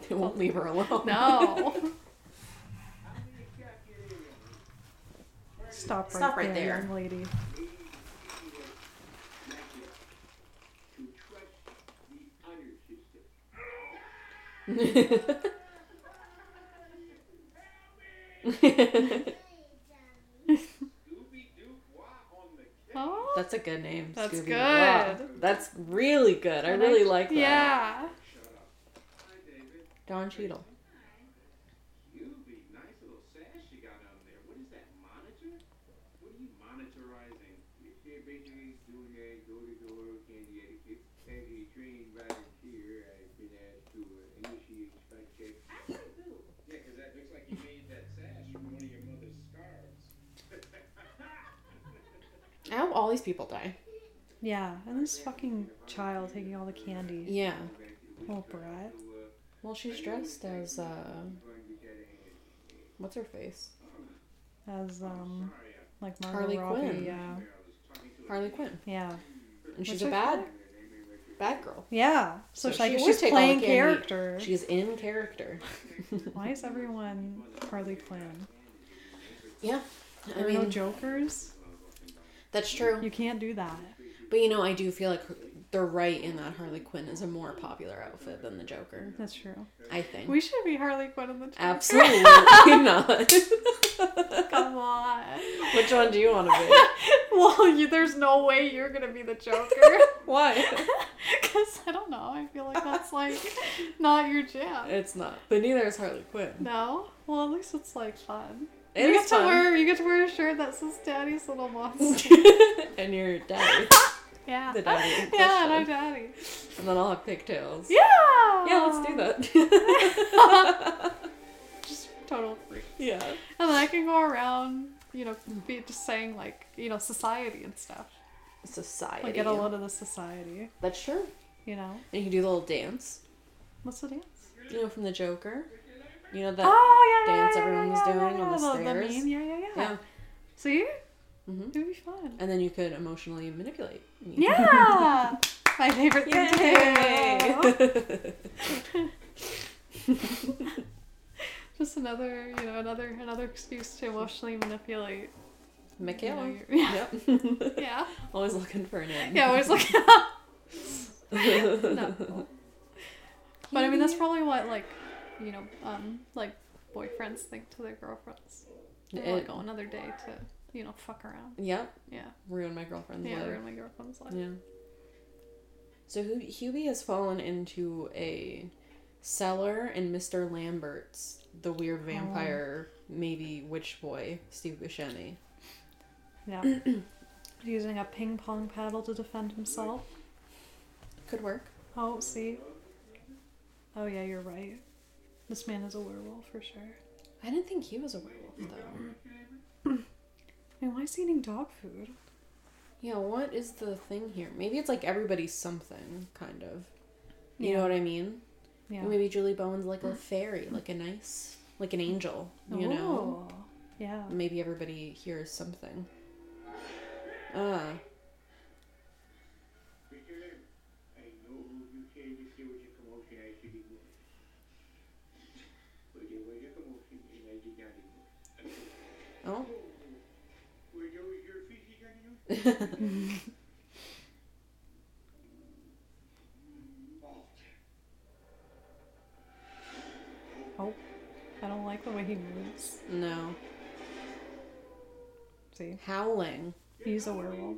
B: They won't leave her alone.
A: yeah. No.
F: how many cats get in there?
A: Stop right
B: Stop right
A: there,
B: there.
A: young lady.
F: To trust the honor system. Scooby Doo Wah on the cat.
A: Oh,
B: That's a good name.
A: that's
B: Scooby-Doo. Wow.
A: good.
B: That's really good. I
A: And
B: really like that.
A: Yeah.
F: Shut up. Hi, David.
B: Don Cheadle.
F: Scooby, nice little sash you got on there. What is that, monitor? What are you monitorizing? You're basically doing a door-to-door candy etiquette. As a trained volunteer, I've been asked to uh, initiate spot checks. Yeah, 'cause that looks like you made that sash from one of your mother's scarves.
B: How all these people die.
A: Yeah. And this fucking child taking all the candy.
B: Yeah.
A: Oh, brat.
F: uh,
B: Well, she's dressed as uh, what's her face?
A: As um, like Margot
B: Harley
A: Robbie.
B: Quinn.
A: Yeah.
B: Harley Quinn,
A: Yeah.
B: and she's
A: What's
B: a
A: her
B: bad, bad girl.
A: Yeah. So,
B: So
A: she, like,
B: she
A: if
B: would
A: she's
B: take all the
A: playing
B: candy.
A: character.
B: She's in character.
A: Why is everyone Harley Quinn?
B: Yeah, I
A: There are no
B: mean
A: jokers.
B: that's true.
A: You can't do that.
B: But you know, I do feel like her- they're right in that Harley Quinn is a more popular outfit than the Joker.
A: That's true.
B: I think.
A: We should be Harley Quinn in the Joker.
B: Absolutely not.
A: Come on.
B: Which one do you want to be?
A: Well, you, there's no way you're gonna be the Joker.
B: Why?
A: Cause I don't know. I feel like that's like not your jam.
B: It's not. But neither is Harley Quinn.
A: No. Well, at least it's like fun.
B: It
A: you
B: is
A: get
B: fun.
A: to wear. You get to wear a shirt that says "Daddy's Little Monster."
B: and your daddy.
A: yeah.
B: The daddy in
A: Yeah, and I'm
B: question.
A: daddy.
B: And then I'll have pigtails.
A: Yeah.
B: Yeah, let's do that.
A: Just total freak.
B: yeah.
A: And then I can go around, you know, be just saying like, you know, society and stuff.
B: Society.
A: Like get a load of the society,
B: That's true.
A: you know.
B: And you can do the little dance.
A: What's the dance?
B: You know, from the Joker. You know that.
A: oh yeah, yeah,
B: dance
A: yeah,
B: everyone
A: yeah,
B: was
A: yeah,
B: doing
A: yeah,
B: on the
A: The
B: stairs.
A: meme, yeah, yeah, yeah.
B: yeah.
A: See,
B: hmm
A: it would be fun.
B: And then you could emotionally manipulate. me.
A: Yeah, my favorite thing to
B: Yay!
A: do. Just another, you know, another another excuse to emotionally manipulate. you know,
B: Michaela.
A: your- yeah.
B: Yep.
A: Yeah,
B: Always looking for an end.
A: yeah, always like,
B: no.
A: No. but I mean, that's probably what like, you know, um, like boyfriends think to their girlfriends. They like,
B: It-
A: oh, another day to, you know, fuck around.
B: Yep.
A: Yeah,
B: Ruined my girlfriend's
A: yeah,
B: life.
A: ruin my girlfriend's life.
B: Yeah. So Hu- Hubie has fallen into a cellar in Mr. Lambert's, the weird
A: Oh.
B: vampire, maybe witch boy, Steve Buscemi.
A: Yeah. Using a ping pong paddle to defend himself.
B: Could work.
A: Oh, see? Oh, yeah, you're right. This man is a werewolf for sure. I
B: I didn't think he was a werewolf though.
A: mean, why is he eating dog food?
B: Yeah, what is the thing here? Maybe it's like everybody's something, kind of. You know
A: Yeah.
B: what I mean?
A: Yeah.
B: Maybe Julie Bowen's like a fairy, like a nice, like an angel. You know.
A: Ooh. Oh. Yeah.
B: Maybe everybody hears something. Uh,
F: Mr. Lamb, I know you came to see what your commotion actually was. But there was a commotion and I did not ignore it.
B: oh.
F: Were those your feces on you?
A: Oh. I don't like the way he moves.
B: no.
A: See,
B: Howling.
A: he's a werewolf,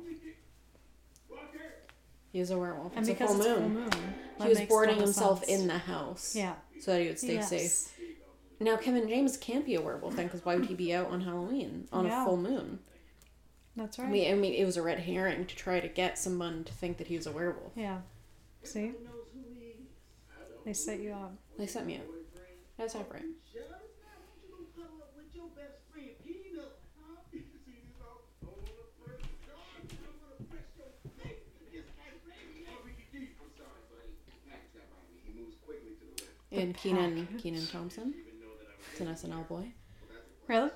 B: He is a werewolf.
A: and
B: It's a
A: because
B: full
A: it's full
B: moon.
A: moon, that
B: He was
A: makes
B: boarding
A: total
B: himself
A: sense.
B: in the house.
A: Yeah.
B: So that he would stay
A: Yes.
B: safe. Now, Kevin James can't be a werewolf then, because why would he be out on Halloween on
A: Yeah.
B: a full moon?
A: That's
B: I
A: right.
B: mean, I mean, it was a red herring to try to get someone to think that he was a werewolf.
A: Yeah. See? They set you up.
B: They sent me out. That's not right. And Keenan Keenan Thompson, it's an SNL boy.
A: Really?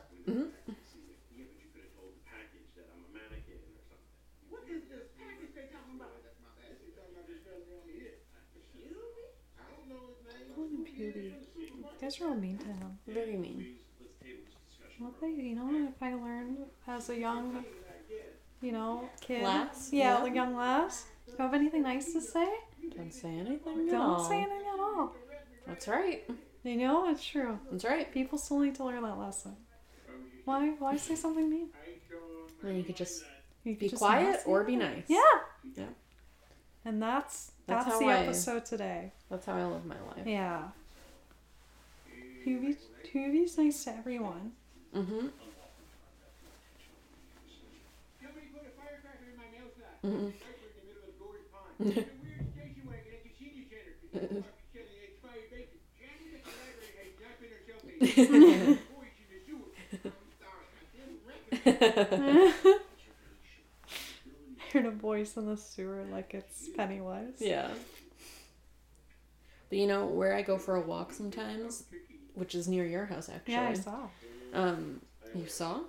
A: Puby. You guys are all mean to him.
B: Very mean.
A: Well, they, you know, and if I learned as a young, you know, kid,
B: Lass?
A: yeah,
B: Yeah.
A: the young lass, do you have anything nice to say?
B: Don't say anything. at
A: Don't
B: all.
A: say anything at all.
B: That's right.
A: You know, it's true.
B: That's right.
A: People still need to learn that lesson. Why? Why say something mean?
B: And you could just
A: You could
B: be
A: just
B: quiet
A: not say
B: or be
A: anything.
B: nice.
A: Yeah.
B: Yeah.
A: And that's
B: That's
A: that's,
B: how
A: the
B: I-
A: episode today.
B: That's how I live my life.
A: Yeah. Hubie, Hubie's nice to everyone.
B: Mm-hmm.
F: Somebody put a firecracker in my nail sack.
A: Mm-hmm.
B: Mhm.
F: Right in the middle of Gory Pond. The weird station wagon at the senior center. Fucking Shelley ate fire bacon. Janet at the library had not been herself a voice in the sewer. I'm sorry, I didn't recognize
B: Mm-hmm.
A: Heard a voice in the sewer like it's Pennywise.
B: yeah. But you know where I go for a walk sometimes, which is near your house actually.
A: Yeah, I saw.
B: Um, you saw?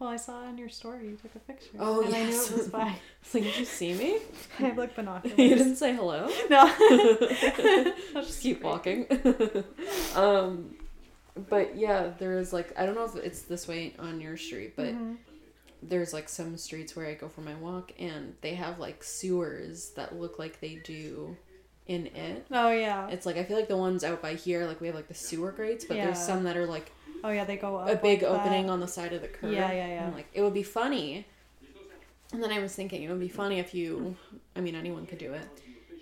A: Well, I saw it in your story. You took a picture.
B: Oh,
A: and
B: yes.
A: I knew it was by.
B: It's like, did you see me?
A: I have like
B: you
A: binoculars.
B: didn't say hello.
A: no.
B: Just keep walking. um, but yeah, there is like I don't know if it's this way on your street, but
A: Mhm.
B: there's like some streets where I go for my walk, and they have like sewers that look like they do in it.
A: Oh yeah.
B: It's like I feel like the ones out by here, like we have like the sewer grates, but
A: Yeah.
B: there's some that are like
A: Oh yeah, they go up.
B: a big
A: like that.
B: opening on the side of the curb.
A: Yeah, yeah, yeah.
B: And, like it would be funny. And then I was thinking it would be funny if you, I mean anyone could do it,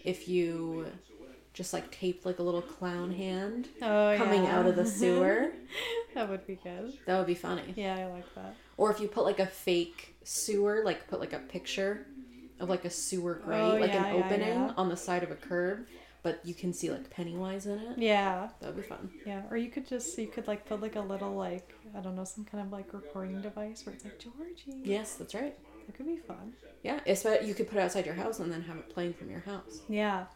B: if you just like taped like a little clown hand
A: Oh,
B: coming
A: yeah.
B: out of the sewer.
A: that would be good.
B: that would be funny.
A: Yeah, I like that.
B: Or if you put like a fake sewer, like put like a picture of like a sewer grate,
A: Oh,
B: like
A: yeah,
B: an
A: yeah,
B: opening
A: yeah.
B: on the side of a curb, but you can see like Pennywise in it.
A: Yeah,
B: That would be fun.
A: yeah. Or you could just you could like put like a little like I don't know some kind of like recording device where it's like Georgie.
B: Yes, that's right.
A: That could be fun.
B: Yeah, it's but you could put it outside your house and then have it playing from your house.
A: Yeah.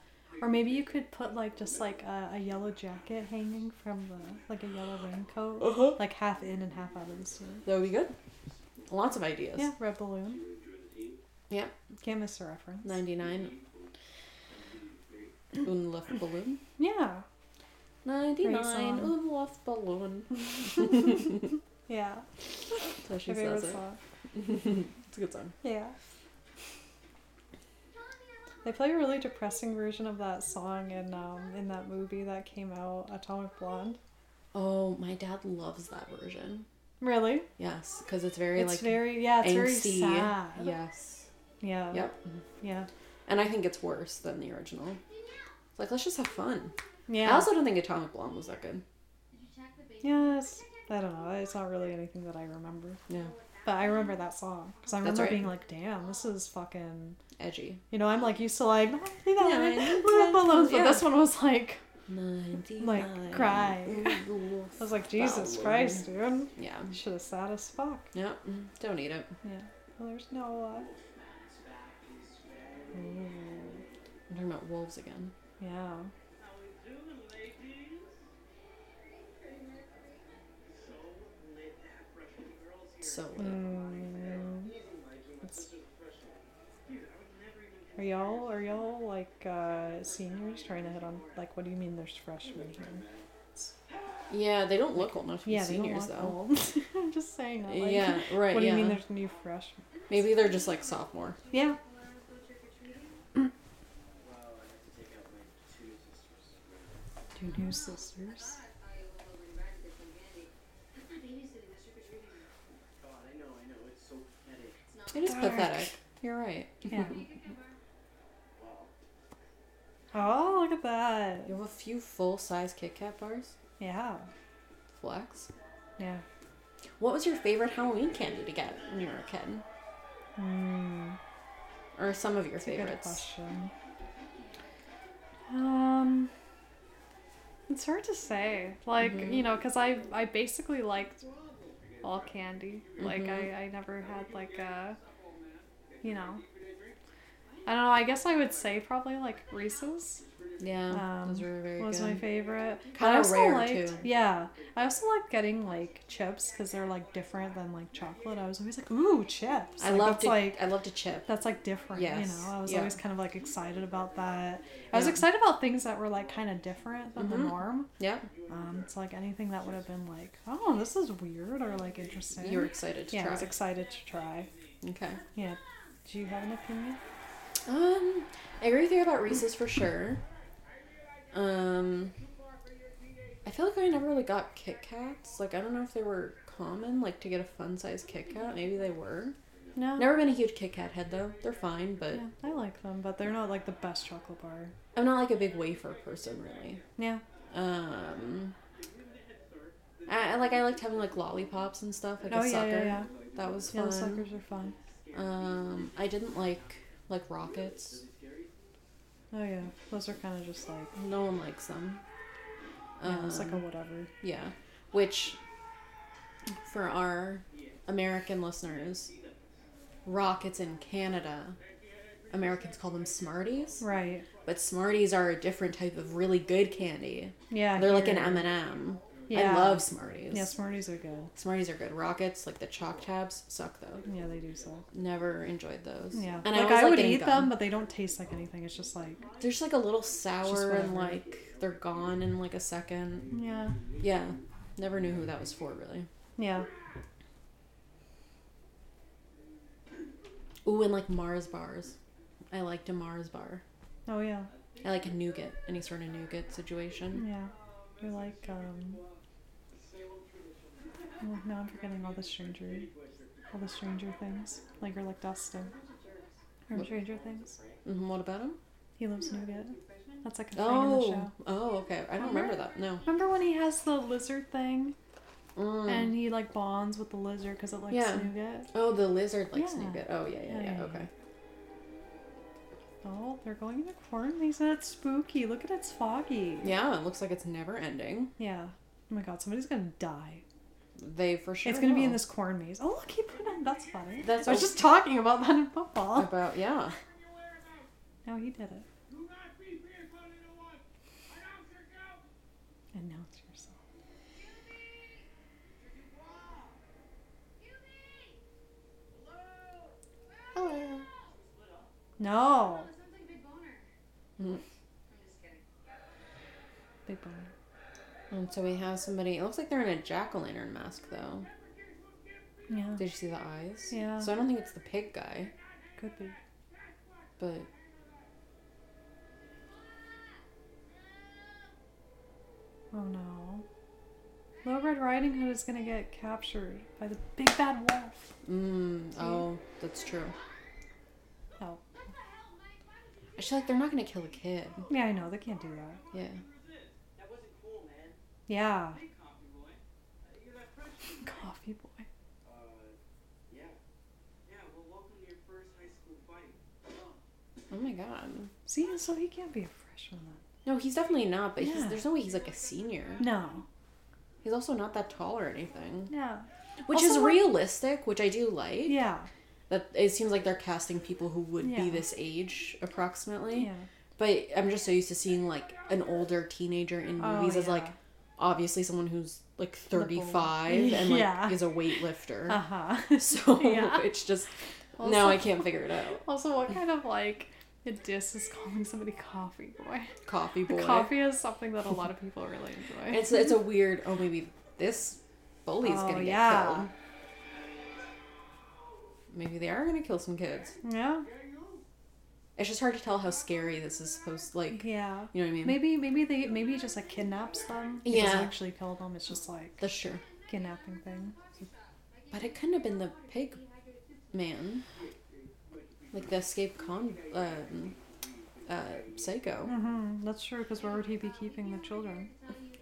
A: Or maybe you could put like just like a, a yellow jacket hanging from the like a yellow raincoat,
B: Uh-huh.
A: like half in and half out of the sewer.
B: That would be good. Lots of ideas.
A: Yeah, red balloon.
B: Yeah.
A: Can't miss a reference.
B: 99. Un Luftballon.
A: Yeah,
B: 99.
A: song.
B: Un Luftballon.
A: yeah.
B: That's how she
A: My favorite
B: says it.
A: song.
B: It's a good song.
A: Yeah. They play a really depressing version of that song in um, in that movie that came out, Atomic Blonde.
B: Oh, my dad loves that version.
A: Really?
B: Yes, because it's very
A: it's
B: like
A: very yeah, it's very
B: angsty.
A: sad.
B: Yes.
A: Yeah.
B: Yep.
A: Yeah.
B: And I think it's worse than the original. It's like let's just have fun. I
A: Yeah.
B: also don't think Atomic Blonde was that good.
A: yes. I don't know. It's not really anything that I remember,
B: Yeah.
A: but I remember that song because I
B: That's
A: remember
B: right.
A: being like, "Damn, this is fucking."
B: Edgy.
A: You know, I'm like used to like play that
B: Yeah,
A: one,
B: I-
A: we're up alone," but
B: yeah.
A: this one was like,
B: Ninety.
A: like cry. I was like, Jesus
B: Ballad.
A: Christ, dude,
B: Yeah.
A: you should have sat as fuck.
B: Yep. Don't eat it.
A: Yeah. Well, there's no. Uh, Mm,
B: I'm talking about wolves again.
A: yeah.
B: So lit.
A: Mm. Are y'all are y'all like uh, seniors trying to hit on like what do you mean there's freshmen here?
B: Yeah, they don't look old enough to be
A: Yeah, they don't
B: seniors
A: look
B: though.
A: old. I'm just saying that. Like,
B: yeah, right.
A: What do
B: yeah.
A: you mean there's new freshmen?
B: Maybe they're just like sophomore.
A: Yeah.
G: Well, I have to take out my two sisters.
A: Two new sisters.
G: God, I know, I know. It's so pathetic.
B: It is
A: Dark.
B: pathetic. You're right.
A: Yeah.
G: Well,
A: Oh, look at that.
B: You have a few full size Kit Kat bars.
A: Yeah.
B: Flex.
A: Yeah.
B: What was your favorite Halloween candy to get when you were a kid?
A: Mm,
B: Or some of your
A: that's a good
B: favorites?
A: question. Um, it's hard to say. Like you know, because I I basically liked all candy. Like I I never had like a, you know. I don't know. I guess I would say probably like Reese's
B: Yeah,
A: Um,
B: those were very
A: was
B: good.
A: my favorite.
B: Kinda
A: I also
B: rare,
A: liked,
B: too.
A: Yeah, I also like getting like chips because they're like different than like chocolate. I was always like, ooh, chips.
B: I
A: like,
B: loved
A: that's
B: to.
A: like
B: I loved to chip.
A: that's like different
B: Yes.
A: you know i was
B: Yeah.
A: always kind of like excited about that i was
B: Yeah.
A: excited about things that were like kind of different than the
B: Mhm.
A: norm
B: Yeah,
A: um so like anything that would have been like oh this is weird or like interesting
B: you were excited to
A: yeah
B: try.
A: i was excited to try
B: okay.
A: yeah do you have an opinion
B: Um, I agree with you about Reese's for sure. Um, I feel like I never really got Kit Kats. Like I don't know if they were common. Like to get a fun size Kit Kat, maybe they were.
A: no
B: Never been a huge Kit Kat head though. They're fine, but
A: yeah, i like them but they're not like the best chocolate bar
B: I'm not like a big wafer person really.
A: yeah
B: Um, I, I- like I liked having like lollipops and stuff, like
A: oh
B: a
A: yeah
B: sucker.
A: yeah yeah
B: That was
A: yeah
B: fun.
A: the suckers are fun
B: Um, I didn't like like rockets.
A: oh yeah those are kind of just like
B: No one likes them.
A: yeah, it's like a
B: Um,
A: whatever
B: Yeah. Which, for our American listeners, rockets in Canada, Americans call them Smarties,
A: right
B: but Smarties are a different type of really good candy.
A: yeah
B: They're like an
A: here.
B: M and m I
A: Yeah.
B: love Smarties.
A: yeah smarties are good
B: Smarties are good. Rockets, like the chalk tabs, suck though.
A: yeah they do suck
B: Never enjoyed those.
A: Yeah,
B: and
A: like
B: I,
A: I,
B: always
A: would
B: like
A: eat them, but they don't taste like anything. It's just like
B: They're just like a little sour and
A: whatever.
B: like they're gone in like a second.
A: yeah,
B: Yeah, never knew who that was for really.
A: yeah,
B: Ooh, and like Mars bars. I liked a Mars bar.
A: oh yeah,
B: I like a nougat, any sort of nougat situation.
A: yeah. You're like um. well, Now I'm forgetting all the stranger, all the stranger things. Like you're like Dustin from Stranger Things.
B: Mhm, What about him?
A: He loves nougat. That's like a thing in the
B: Oh,
A: show.
B: oh, okay. I don't remember that. No.
A: Remember when he has the lizard thing
B: Mm.
A: and he like bonds with the lizard because it likes
B: Yeah.
A: nougat?
B: oh, the lizard likes
A: Yeah.
B: nougat. Oh, yeah, yeah,
A: Yeah,
B: yeah.
A: yeah,
B: Okay.
A: Oh, they're going into quarantine. and It's spooky. Look at it's foggy.
B: Yeah, it looks like it's never ending.
A: Yeah. Oh my god, somebody's gonna die.
B: They for sure.
A: it's gonna be in
B: will.
A: this corn maze. Oh look, he put on. That's funny.
B: That's
A: I was
B: a-
A: just talking about that in football.
B: about yeah.
A: No, he did it.
F: Do not be fearful in the one. Announce yourself.
A: Announce yourself.
B: Hello.
A: No,
B: Mm.
A: big boner.
B: And so we have somebody. It looks like they're in a jack o' lantern mask though.
A: Yeah,
B: Did you see the eyes?
A: Yeah.
B: So I don't think it's the pig guy,
A: could be.
B: but
A: Oh no. Little Red Riding Hood is gonna get captured by the big bad wolf.
B: mm, oh, that's true.
A: Oh,
B: Actually, like they're not gonna kill a kid.
A: yeah, I know they can't do that.
B: Yeah.
G: That wasn't cool, man.
A: Yeah,
G: Hey, coffee boy. Uh, you're that freshman.
A: coffee boy.
G: Uh, yeah. Yeah, well, welcome to your first high school fight. Oh,
B: Oh my god.
A: See, so he can't be a freshman then.
B: No, he's definitely not. But he's,
A: Yeah.
B: there's no way he's like a senior.
A: No.
B: He's also not that tall or anything,
A: Yeah.
B: which
A: Also,
B: is
A: like-
B: realistic, which I do like.
A: Yeah.
B: That it seems like they're casting people who would be
A: Yeah.
B: this age approximately.
A: Yeah.
B: But I'm just so used to seeing like an older teenager in
A: Oh,
B: movies as
A: yeah.
B: like obviously someone who's like 35
A: bold.
B: and like
A: Yeah.
B: is a weightlifter.
A: Uh huh.
B: So
A: Yeah.
B: it's just
A: Also-
B: now I can't figure it out.
A: Also, what kind of like It disses calling somebody coffee boy.
B: Coffee boy.
A: Coffee is something that a lot of people really enjoy.
B: It's it's a weird. Oh, maybe this bully's
A: Oh,
B: gonna get
A: yeah.
B: killed. Maybe they are gonna kill some kids.
A: yeah,
B: It's just hard to tell how scary this is supposed. Like,
A: yeah.
B: you know what I mean?
A: Maybe maybe they maybe he just like kidnaps them. He doesn't
B: Yeah.
A: actually kill them. It's just like
B: That's true.
A: kidnapping thing.
B: But it couldn't have been the pig man. Like the escaped con um, uh, psycho.
A: Mm-hmm. That's true. Because where would he be keeping the children?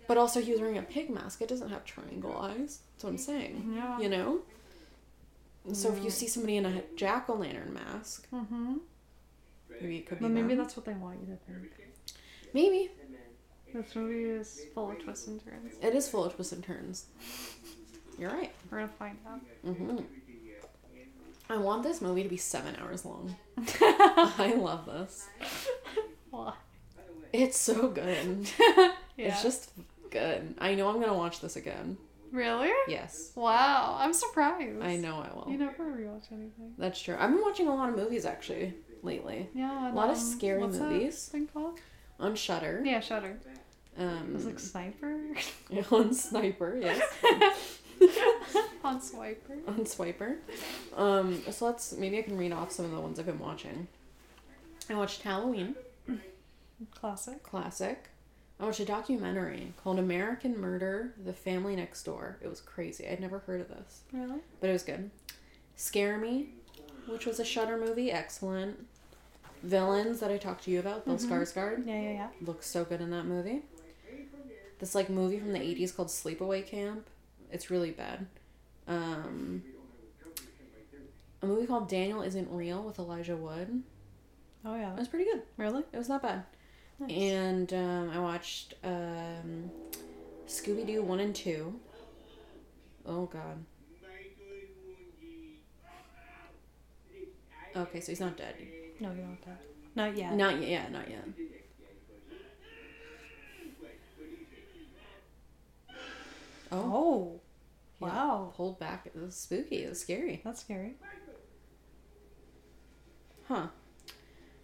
B: But also he was wearing a pig mask. It doesn't have triangle eyes. That's what I'm saying.
A: Yeah.
B: You know? So
A: Mm.
B: if you see somebody in a jack o' lantern mask,
A: Mm-hmm.
B: maybe it could be.
A: But maybe
B: them.
A: that's what they want you to think.
B: Maybe.
A: This movie is full of twists and turns.
B: It is full of twists and turns. You're right.
A: We're gonna find out.
B: hmm I want this movie to be seven hours long. I love this.
A: Well,
B: It's so good.
A: yeah.
B: It's just good. I know I'm gonna watch this again.
A: really?
B: Yes,
A: Wow, I'm surprised.
B: I know I will.
A: You never rewatch anything.
B: That's true. I've been watching a lot of movies actually lately
A: Yeah.
B: A lot of
A: um,
B: scary
A: what's that
B: movies.
A: thing called?
B: on Shutter.
A: Yeah, Shutter. It was
B: Um,
A: like Sniper.
B: on Sniper, yes,
A: on Swiper.
B: on Swiper. Um, so let's maybe I can read off some of the ones I've been watching. I watched Halloween
A: Classic.
B: classic. I watched a documentary called American Murder: The Family Next Door. It was crazy. I'd never heard of this,
A: Really?
B: but it was good. Scare Me, which was a Shutter movie, excellent. Villains that I talked to you about, Bill Skarsgård.
A: Yeah, yeah, yeah.
B: looks so good in that movie. This like movie from the eighties called Sleepaway Camp. It's really bad. Um, a movie called Daniel Isn't Real with Elijah Wood.
A: Oh yeah.
B: It was pretty good.
A: Really?
B: It was not bad.
A: Nice.
B: And um, I watched um, Scooby Doo one and two. Oh God. Okay, so he's not dead.
A: No, you're not dead. Not yet.
B: Not yet. Yeah, not yet. Oh.
A: Oh.
B: Yeah,
A: Wow.
B: Pulled back. It was spooky. It was scary.
A: That's scary.
B: Huh.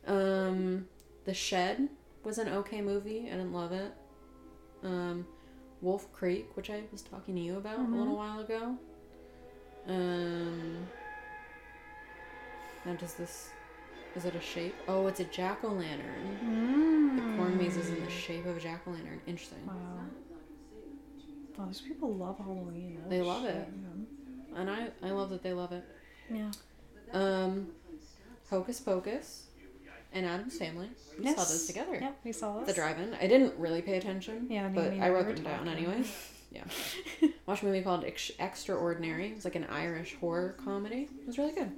B: Um, The Shed was an okay movie. I didn't love it. Um, Wolf Creek, which I was talking to you about a little while ago. Um, now does this? Is it a shape? Oh, it's a jack o' lantern. The corn maze is in the shape of a jack o' lantern. Interesting.
A: Wow. Oh, these people love Halloween.
B: They
A: Oh,
B: love
A: shit,
B: it. And I, I love that they love it.
A: Yeah. yeah.
B: Um, Hocus Pocus and Adam's Family. We saw those together.
A: Yeah, we saw this.
B: The drive-in. I didn't really pay attention.
A: Yeah, me
B: but
A: neither.
B: I wrote
A: We were
B: them down
A: talking.
B: anyway. Yeah. Watched a movie called Ex- Extraordinary. It's like an Irish horror comedy. It was really good.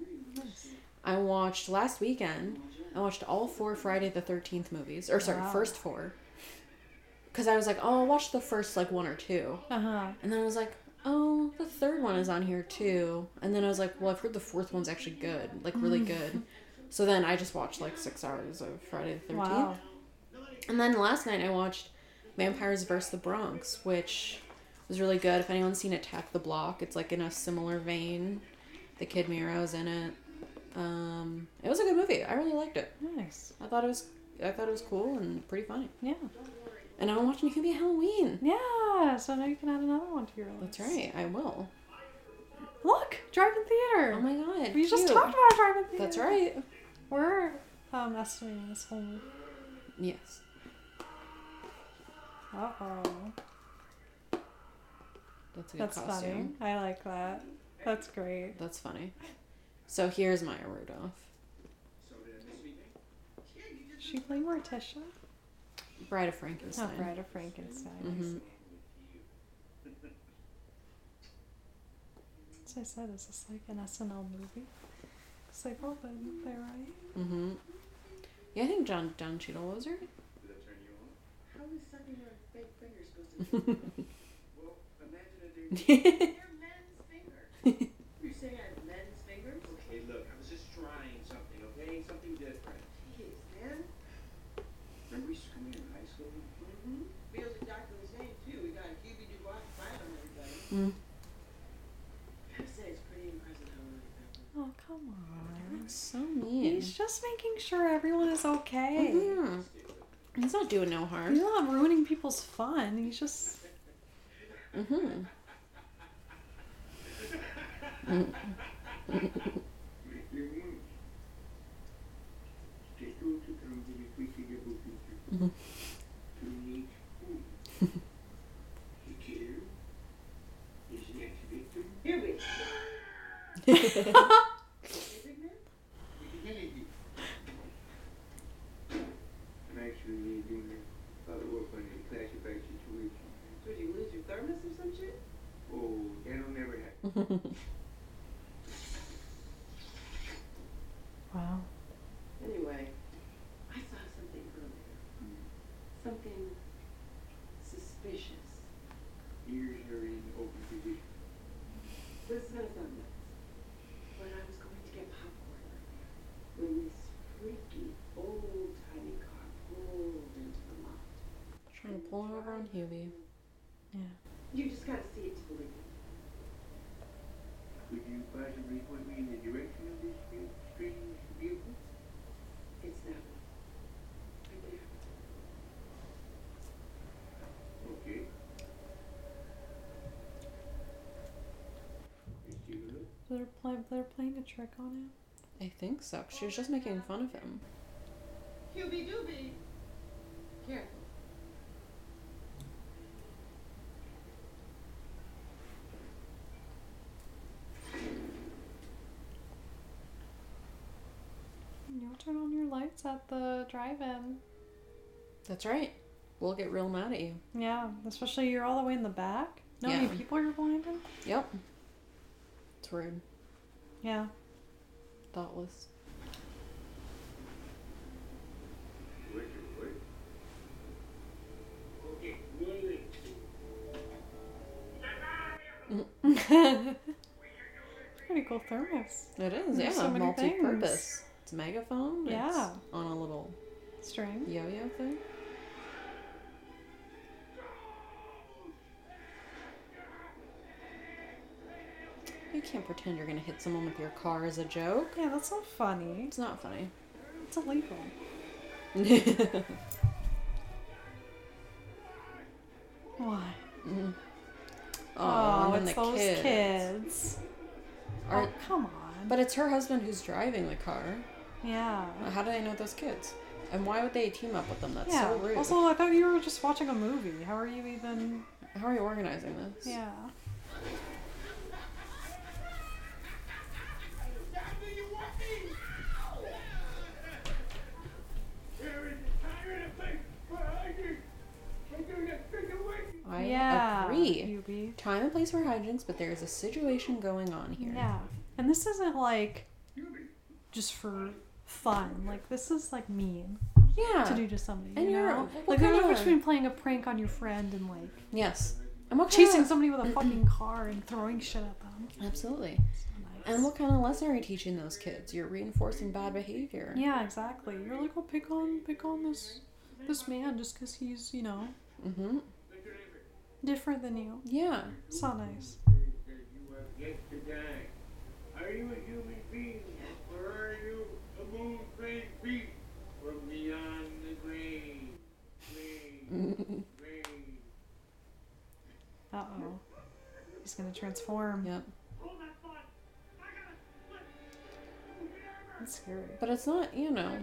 B: I watched last weekend. I watched all four Friday the Thirteenth movies, or sorry,
A: Wow.
B: first four. Because I was like, oh, I'll watch the first like one or two,
A: Uh huh.
B: and then I was like, oh, the third one is on here too, and then I was like, well, I've heard the fourth one's actually good, like
A: Mm.
B: really good. So then I just watched like six hours of Friday the Thirteenth.
A: Wow.
B: And then last night I watched Vampires vs. the Bronx, which was really good. If anyone's seen Attack the Block, it's like in a similar vein. The Kid Miro's in it. Um, it was a good movie. I really liked it.
A: Nice.
B: I thought it was I thought it was cool and pretty funny.
A: Yeah.
B: And I'm watching it could be Halloween.
A: Yeah. So now you can add another one to your list.
B: That's right. I will.
A: Look, drive-in theater.
B: Oh my god.
A: we just
B: cute.
A: talked about drive-in theater.
B: That's right.
A: We're um, estimating this whole movie.
B: Yes.
A: Uh oh.
B: That's a good
A: That's
B: costume.
A: funny. I like that. That's great.
B: That's funny. So here's Maya Rudolph.
A: Is she playing Morticia?
B: Bride of Frankenstein.
A: Not Bride of Frankenstein.
B: Mhm.
A: As I said, is this like an SNL movie? It's like, oh, then they're right.
B: Mm-hmm. Yeah, I think John John Cheadle was right.
F: Did that turn you on?
G: How is sucking your fake finger supposed to do?
F: Well, imagine a dude.
B: That's
G: They're men's fingers. You're saying I have men's fingers?
F: Hey, look, I was just trying something, okay? Something different.
G: Jeez, man.
F: Remember we used to come here in high school?
G: Mm-hmm. Feels exactly the same too. We got a Hubie Dubois file on everybody.
B: Mm.
G: I say it's pretty impressive how we like that.
A: Oh, come on.
B: so mean.
A: He's just making sure everyone everyone is okay.
B: Mhm. He's not doing no harm.
A: He's not ruining people's fun. He's just
B: Mm-hmm.
F: Mm-hmm.
E: Here we go.
F: I'm actually needing to follow up on the classified situation.
E: So do you lose your thermos or some shit?
F: Oh, that'll never happen.
A: wow.
E: Anyway, I saw something earlier. Something suspicious.
F: Ears are in open position.
E: This is on this. When I was going to get popcorn, when this freaky old tiny car pulled into the lot.
B: Trying to pull her over on Hubie.
E: You just gotta see it to believe it.
F: Could you possibly point me in the direction of this stra- strange vehicle?
E: It's that one. Right there.
F: Okay. Let's take a look.
A: They're playing. They're playing a trick on him.
B: I think so. 'cause She was just making fun of him.
E: Hubie doobie. Careful.
A: You'll turn on your lights at the drive-in.
B: That's right. We'll get real mad at you.
A: Yeah, especially you're all the way in the back. Know how many
B: Yeah.
A: people you're blinding?
B: Yep. It's rude.
A: Yeah.
B: Thoughtless.
F: Wait, wait. Okay, one minute.
B: it
A: Pretty cool thermos.
B: is,
A: There's
B: yeah.
A: so many
B: multi-purpose. It's a megaphone. it's
A: Yeah.
B: on a little
A: String.
B: yo-yo thing. You can't pretend you're gonna hit someone with your car as a joke.
A: Yeah, that's not funny.
B: It's not funny.
A: It's illegal. Why?
B: Aw, Oh, and then
A: Oh,
B: the
A: it's those
B: kids.
A: kids.
B: Are-
A: oh, come on.
B: But it's her husband who's driving the car.
A: yeah.
B: How do they know those kids? And why would they team up with them? That's
A: yeah.
B: so rude.
A: also, I thought you were just watching a movie. How are you even?
B: How are you organizing this?
A: Yeah.
B: I
A: yeah.
B: agree.
A: Yubi.
B: Time and place for hijinks, but there is a situation going on here.
A: Yeah. And this isn't like just for fun. Like this is like mean
B: Yeah.
A: to do to somebody.
B: And
A: you
B: you're-
A: know?
B: what
A: like the
B: kinda-
A: difference between playing a prank on your friend and like
B: Yes. And what
A: chasing
B: kinda-
A: somebody with a fucking car and throwing shit at them.
B: Absolutely.
A: It's not nice.
B: And what kind of lesson are you teaching those kids? You're reinforcing bad behavior.
A: Yeah, exactly. You're like, oh, pick on, pick on this, this man just 'cause he's, you know,
B: Mm-hmm.
A: different than you.
B: Yeah.
A: It's not nice.
F: That you have yet to die. Are you a human being, or are you a moon train beast from beyond the grave? Grave, grave.
A: Uh oh. He's gonna transform.
B: yep.
A: That's scary.
B: But it's not, you know,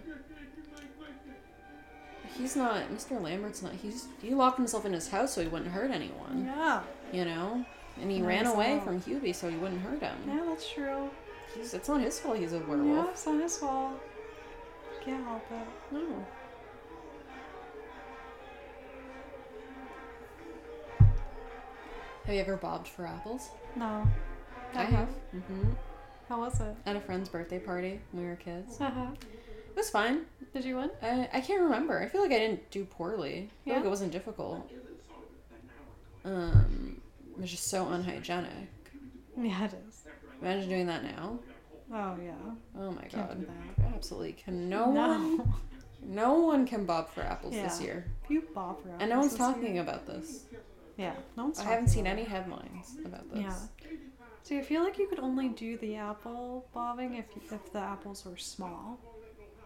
B: he's not, Mr. Lambert's not, he's, he locked himself in his house so he wouldn't hurt anyone,
A: Yeah.
B: you know? And he
A: No,
B: ran
A: he's
B: away
A: not.
B: from Hubie so he wouldn't hurt him.
A: Yeah, that's true.
B: He's, it's not his fault he's a
A: Yeah,
B: werewolf.
A: it's not his fault. Can't help it.
B: No. Have you ever bobbed for apples?
A: No. Have you?
B: Mm-hmm.
A: How was it?
B: At a friend's birthday party when we were kids.
A: Uh-huh.
B: It was fine.
A: Did you win?
B: I, I can't remember. I feel like I didn't do poorly. I feel like
A: Yeah?
B: it wasn't difficult. Um, it was just so unhygienic.
A: Yeah, it is.
B: Imagine doing that now.
A: Oh yeah.
B: Oh my
A: Can't
B: god.
A: do
B: Absolutely. Can no, one no one can bob for apples this
A: Yeah.
B: year.
A: You bop her.
B: And no one's talking about this.
A: Yeah, no one's.
B: I
A: Talking
B: haven't seen
A: about
B: any
A: it.
B: headlines about this.
A: Yeah. See, I feel like you could only do the apple bobbing if if the apples were small.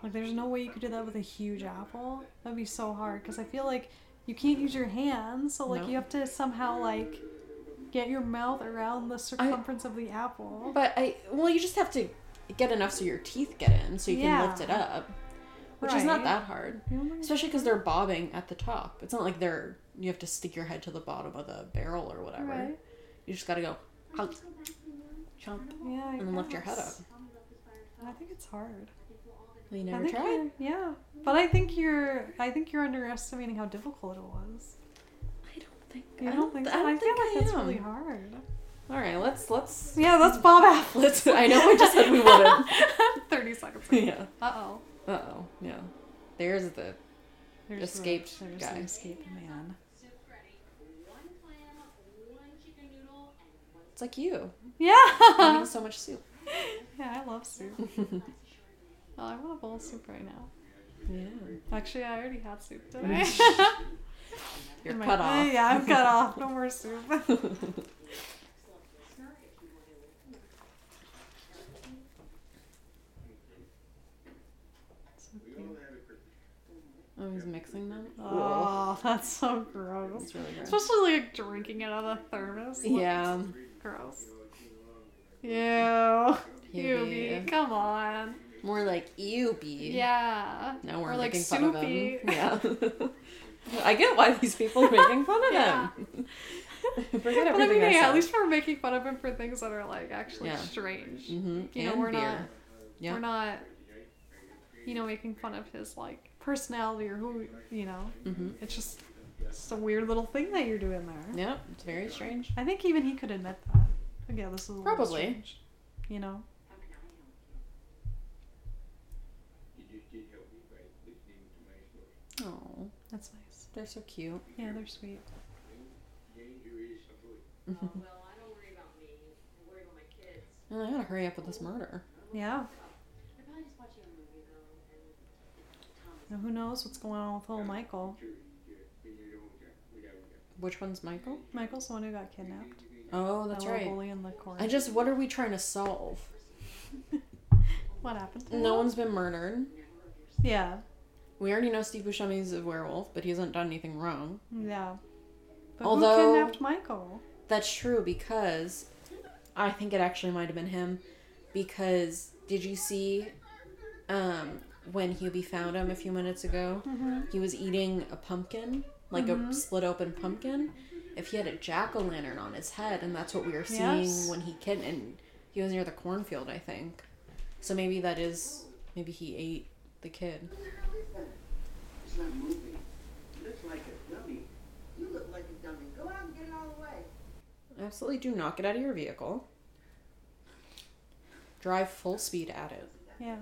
A: Like, there's no way you could do that with a huge apple. That'd be so hard because I feel like you can't use your hands, so like
B: No.
A: you have to somehow like get your mouth around the circumference of the apple.
B: But I well, you just have to get enough so your teeth get in, so you
A: Yeah.
B: can lift it up, which is not
A: Right.
B: that hard.
A: You know, like-
B: Especially because they're bobbing at the top. It's not like they're you have to stick your head to the bottom of the barrel or whatever.
A: Right.
B: You just gotta go, out, chomp,
A: Yeah. I
B: and then lift your
A: guess.
B: head up.
A: I think it's hard.
B: Well, you
A: I
B: never
A: think
B: tried.
A: you're- Yeah, but I think you're. I think you're underestimating how difficult it was.
B: I don't think.
A: You don't think? so?
B: I, don't
A: feel
B: think
A: like
B: I
A: it's
B: am.
A: really hard.
B: All right, let's let's
A: Yeah, that's Bob Affleck.
B: let's. I know I just said we wouldn't.
A: Thirty seconds.
B: yeah.
A: Uh oh.
B: Uh oh. Yeah. There's the
A: There's
B: Escaped
A: the, there's
B: guy.
A: The escaped man.
H: Soup ready. One clam, one chicken noodle, and one
B: It's like you.
A: Yeah.
B: Eating so much soup.
A: yeah, I love soup. Well, I want a bowl of soup right now.
B: Yeah.
A: Actually, I already had soup today.
B: You're
A: My-
B: cut off.
A: Yeah, I'm cut off. No more soup. So cute.
B: Oh, he's mixing them.
A: Oh, that's so gross.
B: It's really gross.
A: Especially like drinking it out of the thermos. Like,
B: Yeah.
A: Gross. Ew.
B: Ew.
A: Ew. Come on.
B: More like ew bee.
A: Yeah.
B: Now we're
A: Or,
B: making
A: like
B: fun of
A: soupy.
B: him. Yeah. I get why these people are making fun of
A: Yeah.
B: him. Forget
A: But I mean,
B: everything I
A: hey,
B: said.
A: at least we're making fun of him for things that are like actually
B: Yeah.
A: strange.
B: hmm
A: You know,
B: and
A: we're
B: beer.
A: not
B: Yeah.
A: we're not you know making fun of his like personality or who you know.
B: Mhm.
A: It's just it's a weird little thing that you're doing there.
B: Yeah, it's very strange.
A: I think even he could admit that. Like, yeah, this is a little
B: Probably.
A: strange. You know.
F: You just did help me by listening to my story.
B: Oh,
A: That's nice.
B: they're so cute.
A: Yeah, they're sweet.
F: Danger is afoot.
H: Oh, well, I don't worry about me. I worry about my kids.
B: Oh, I gotta hurry up with this murder.
A: Yeah.
H: They're probably just watching a movie, though, and Thomas.
A: Now, who knows what's going on with little Michael?
F: Sure, yeah, been here the whole time. We got- we got-
B: Which one's Michael?
A: Michael's the one who got kidnapped.
B: Oh,
A: That
B: that's
A: little
B: right.
A: Bully in the corner.
B: I just, what are we trying to solve?
A: What happened? To
B: No
A: him?
B: one's been murdered.
A: Yeah.
B: We already know Steve Buscemi's a werewolf, but he hasn't done anything wrong.
A: Yeah. But
B: Although-
A: who kidnapped Michael?
B: That's true because I think it actually might have been him. Because did you see um, when Hubie found him a few minutes ago?
A: Mm-hmm.
B: He was eating a pumpkin, like a split open pumpkin. If he had a jack o' lantern on his head, and that's what we were seeing
A: Yes.
B: when he kid and he was near the cornfield, I think. So maybe that is maybe he ate the kid.
G: It's not moving. Looks like a dummy. You look like a dummy.
E: Go out and get it all the way.
B: Absolutely do not get out of your vehicle. Drive full speed at it.
A: Yeah.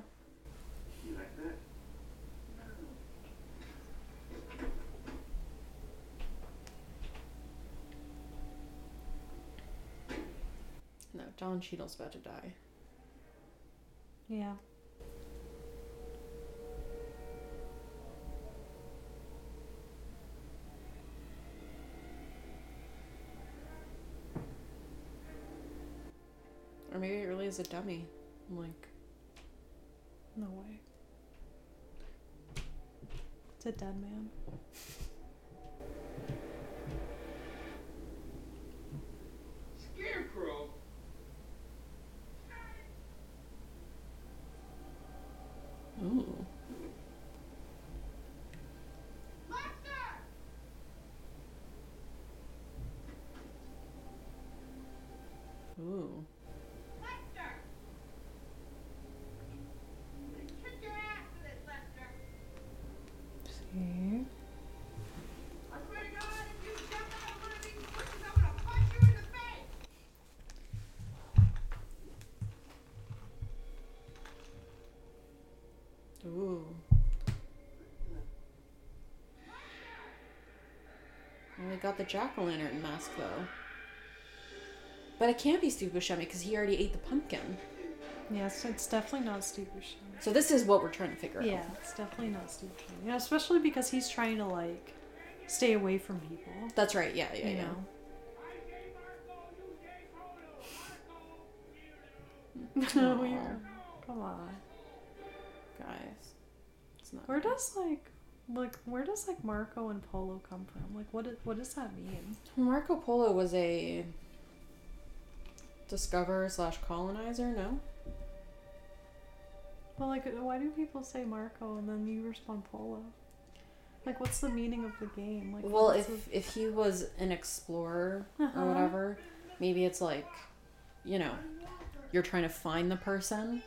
G: You like that?
B: No, Don Cheadle's about to die.
A: Yeah.
B: Or maybe it really is a dummy. I'm like,
A: No way. It's a dead man.
F: Scarecrow?
B: ooh. Ooh.
C: Lester! Kick your ass for this, Lester!
A: See?
C: I swear to God, if you jump out of one of these bushes, I'm gonna punch you in the face!
B: Ooh. Well, we got the jack o' lantern mask though. But it can't be Steve Buscemi because he already ate the pumpkin.
A: Yes, it's definitely not Steve Buscemi.
B: So this is what we're trying to figure
A: Yeah,
B: out.
A: it's definitely not Steve Buscemi. You know, especially because he's trying to like stay away from people.
B: That's right. Yeah, yeah,
A: You
B: yeah.
A: know. Weird. Come on.
B: Guys. It's not
A: Where does like like where does like Marco and Polo come from? Like what do- what does that mean?
B: Marco Polo was a discoverer slash colonizer, no?
A: Well, like why do people say Marco and then you respond Polo? Like what's the meaning of the game? Like
B: Well,
A: what's
B: if if he was an explorer
A: Uh-huh.
B: or whatever, maybe it's like, you know, you're trying to find the person,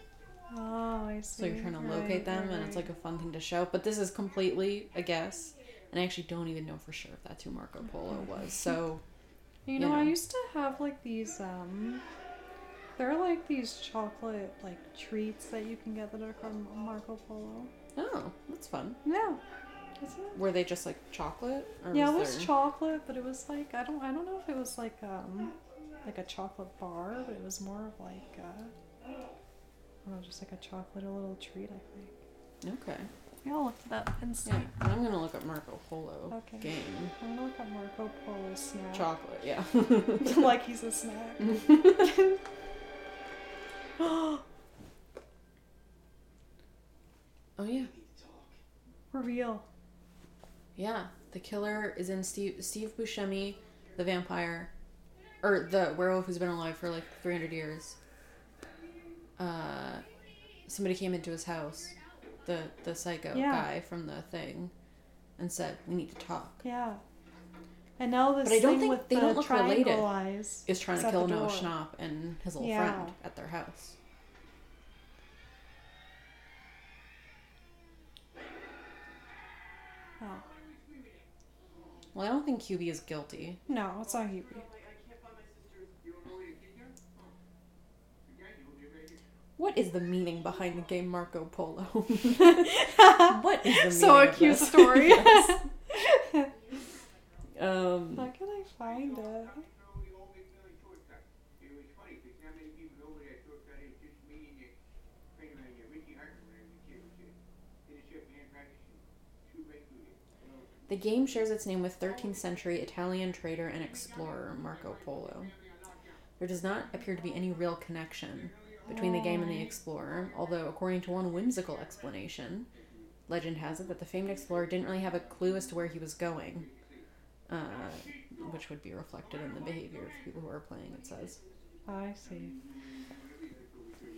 A: the- oh I see.
B: so you're trying to
A: Right,
B: locate them,
A: right,
B: and it's
A: right.
B: like a fun thing to show. But this is completely a guess, and I actually don't even know for sure if that's who Marco Polo was. So
A: You
B: you
A: know, I
B: know.
A: used to have like these um they're like these chocolate like treats that you can get that are from Marco Polo.
B: oh, that's fun.
A: Yeah. Isn't it?
B: Were they just like chocolate? Or
A: yeah, it was
B: there-
A: chocolate, but it was like I don't I don't know if it was like um like a chocolate bar, but it was more of like uh I don't know, just like a chocolate, a little treat, I think.
B: Okay.
A: Yeah, I'll look it up and see.
B: Yeah, and I'm gonna look up Marco Polo
A: Okay.
B: game
A: I'm gonna look up Marco Polo snack.
B: chocolate. Mm-hmm. Yeah.
A: like he's a snack.
B: oh yeah.
A: Reveal.
B: Yeah, the killer is in Steve Steve Buscemi, the vampire, or the werewolf who's been alive for like three hundred years. Uh, somebody came into his house, the the psycho
A: Yeah.
B: guy from the thing, and said, "We need to talk."
A: Yeah. And now this
B: But I don't
A: thing
B: think-
A: with
B: they
A: the
B: don't look
A: triangle
B: related.
A: eyes.
B: Is trying
A: is
B: to
A: at the
B: kill Noah
A: door.
B: Schnapp and his little
A: Yeah.
B: friend at their house.
A: Oh.
B: Well, I don't think QB is guilty.
A: No, it's not Hubie.
B: What is the meaning behind the game Marco Polo? what is the meaning
A: so
B: of this?
A: accusatory.
B: Yes. um,
A: How can I find it?
B: The game shares its name with 13th century Italian trader and explorer Marco Polo. There does not appear to be any real connection between the game and the explorer, although, according to one whimsical explanation, legend has it that the famed explorer didn't really have a clue as to where he was going, uh, which would be reflected in the behavior of people who are playing, it says.
A: I see.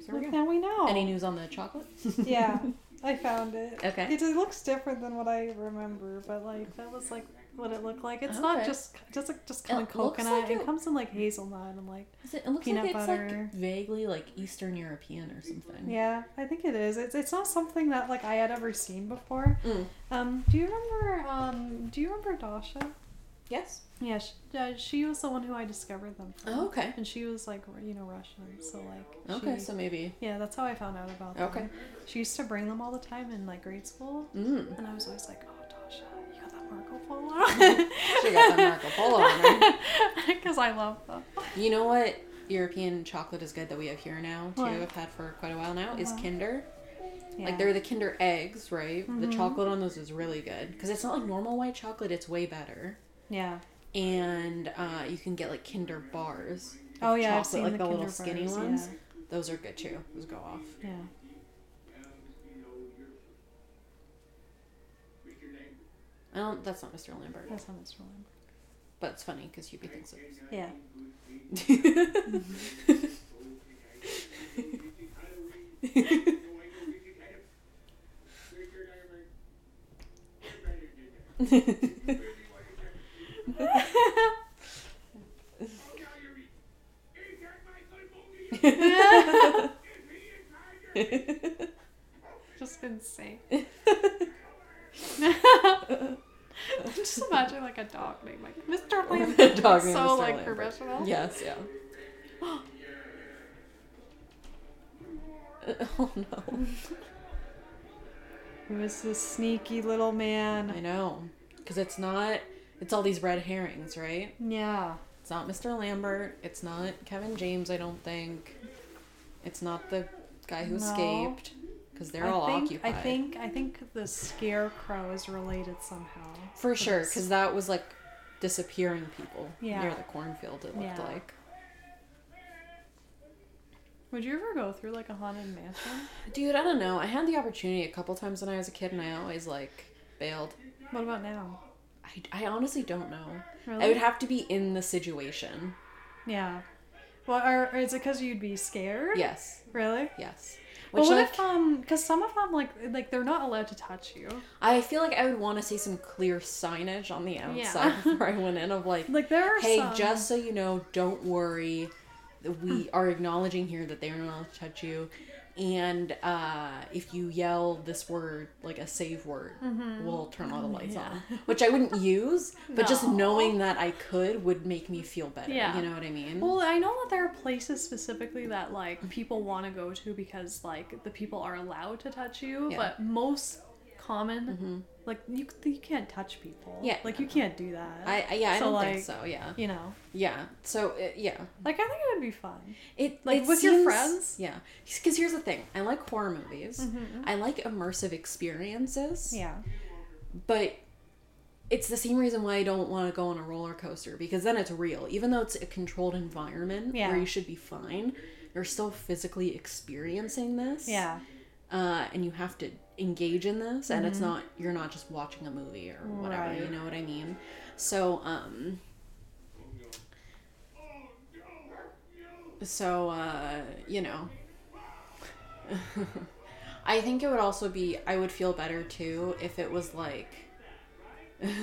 B: So there we go.
A: Look, now we know.
B: Any news on the chocolate?
A: yeah, I found it.
B: Okay.
A: It just looks different than what I remember, but like that was like what it looked like. It's not
B: Okay.
A: just just like just kind of
B: It looks
A: coconut.
B: like
A: it
B: it-
A: comes in like hazelnut. I'm like,
B: Is it, it looks
A: Peanut
B: like it's
A: butter.
B: like vaguely like Eastern European or something.
A: yeah, I think it is. It's it's not something that like I had ever seen before.
B: Mm.
A: Um, do you remember um do you remember Dasha?
B: Yes.
A: Yeah, she, uh, she was the one who I discovered them. From.
B: Oh, okay.
A: And she was like, you know, Russian, so like.
B: Okay,
A: she-
B: so maybe.
A: Yeah, that's how I found out about them.
B: Okay.
A: She used to bring them all the time in like grade school,
B: Mm.
A: and I was always like, "Oh, Tasha, you got that Marco Polo."
B: She got that Marco Polo on her.
A: Because I love them.
B: You know what European chocolate is good that we have here now too.
A: What?
B: I've had for quite a while now is
A: What?
B: Kinder.
A: Yeah.
B: Like they're the Kinder eggs, right?
A: Mhm.
B: The chocolate on those is really good because it's not like normal white chocolate. It's way better,
A: yeah.
B: and uh, you can get like Kinder bars.
A: Oh
B: with
A: yeah, I've
B: chocolate,
A: seen
B: like
A: the,
B: the,
A: Kinder
B: little skinny
A: bars,
B: ones. Those are good too. Those go off.
A: Yeah.
B: I don't. That's not Mr. Lambert,
A: yeah. That's how it's rolling.
B: but it's funny because Yuppie thinks it
A: Yeah.
B: is.
A: Mm-hmm. Just insane. Just imagine like a dog name like Mr. Lambert.
B: Dog
A: so
B: named Mr.
A: like
B: Lambert.
A: professional.
B: Yes, yeah. oh no.
A: He was this sneaky little man.
B: I know. Because it's not, it's all these red herrings, right?
A: Yeah.
B: It's not Mr. Lambert. It's not Kevin James, I don't think. It's not the guy who
A: No.
B: escaped. Because they're
A: I
B: all
A: think,
B: occupied.
A: I think I think the scarecrow is related somehow.
B: For
A: to
B: sure.
A: this.
B: Because that was like disappearing people
A: Yeah.
B: near the cornfield, it looked
A: Yeah.
B: like.
A: Would you ever go through like a haunted mansion?
B: Dude, I don't know. I had the opportunity a couple times when I was a kid, and I always like bailed.
A: What about now?
B: I, I honestly don't know.
A: Really?
B: I would have to be in the situation.
A: Yeah. Well, or, or is it because you'd be scared?
B: Yes,
A: Really?
B: yes.
A: Well,
B: Which
A: what
B: like
A: if um? Because some of them like like they're not allowed to touch you.
B: I feel like I would want to see some clear signage on the outside before I went in of like,
A: Like there are
B: hey,
A: some.
B: just so you know, don't worry. We are acknowledging here that they are not allowed to touch you, and uh, if you yell this word, like a save word,
A: Mm-hmm.
B: we'll turn all the lights on. Which I wouldn't use, but just
A: No.
B: knowing that I could would make me feel better.
A: Yeah.
B: You know what I mean?
A: Well, I know that there are places specifically that like people want to go to because like the people are allowed to touch you,
B: Yeah. Mm-hmm.
A: but most common like you you can't touch people.
B: Yeah.
A: like you can't do that.
B: I, I yeah, I
A: So,
B: don't
A: like,
B: think so. Yeah,
A: you know,
B: yeah. So uh, yeah,
A: like I think it would be fun.
B: It
A: Like,
B: it
A: with your
B: seems-
A: friends?
B: Yeah, because here's the thing: I like horror movies. I like immersive experiences.
A: Mm-hmm. Yeah,
B: but it's the same reason why I don't want to go on a roller coaster because then it's real. Even though it's a controlled environment
A: Yeah.
B: where you should be fine, you're still physically experiencing this.
A: yeah,
B: uh, and you have to engage in this, and it's not you're not just watching a movie or whatever. You
A: Right.
B: know what I mean? So um. So, uh, you know, I think it would also be, I would feel better too if it was like. I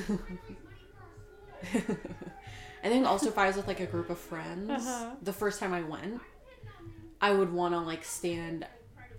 B: think also if I was with like a group of friends,
A: Uh-huh.
B: the first time I went, I would want to like stand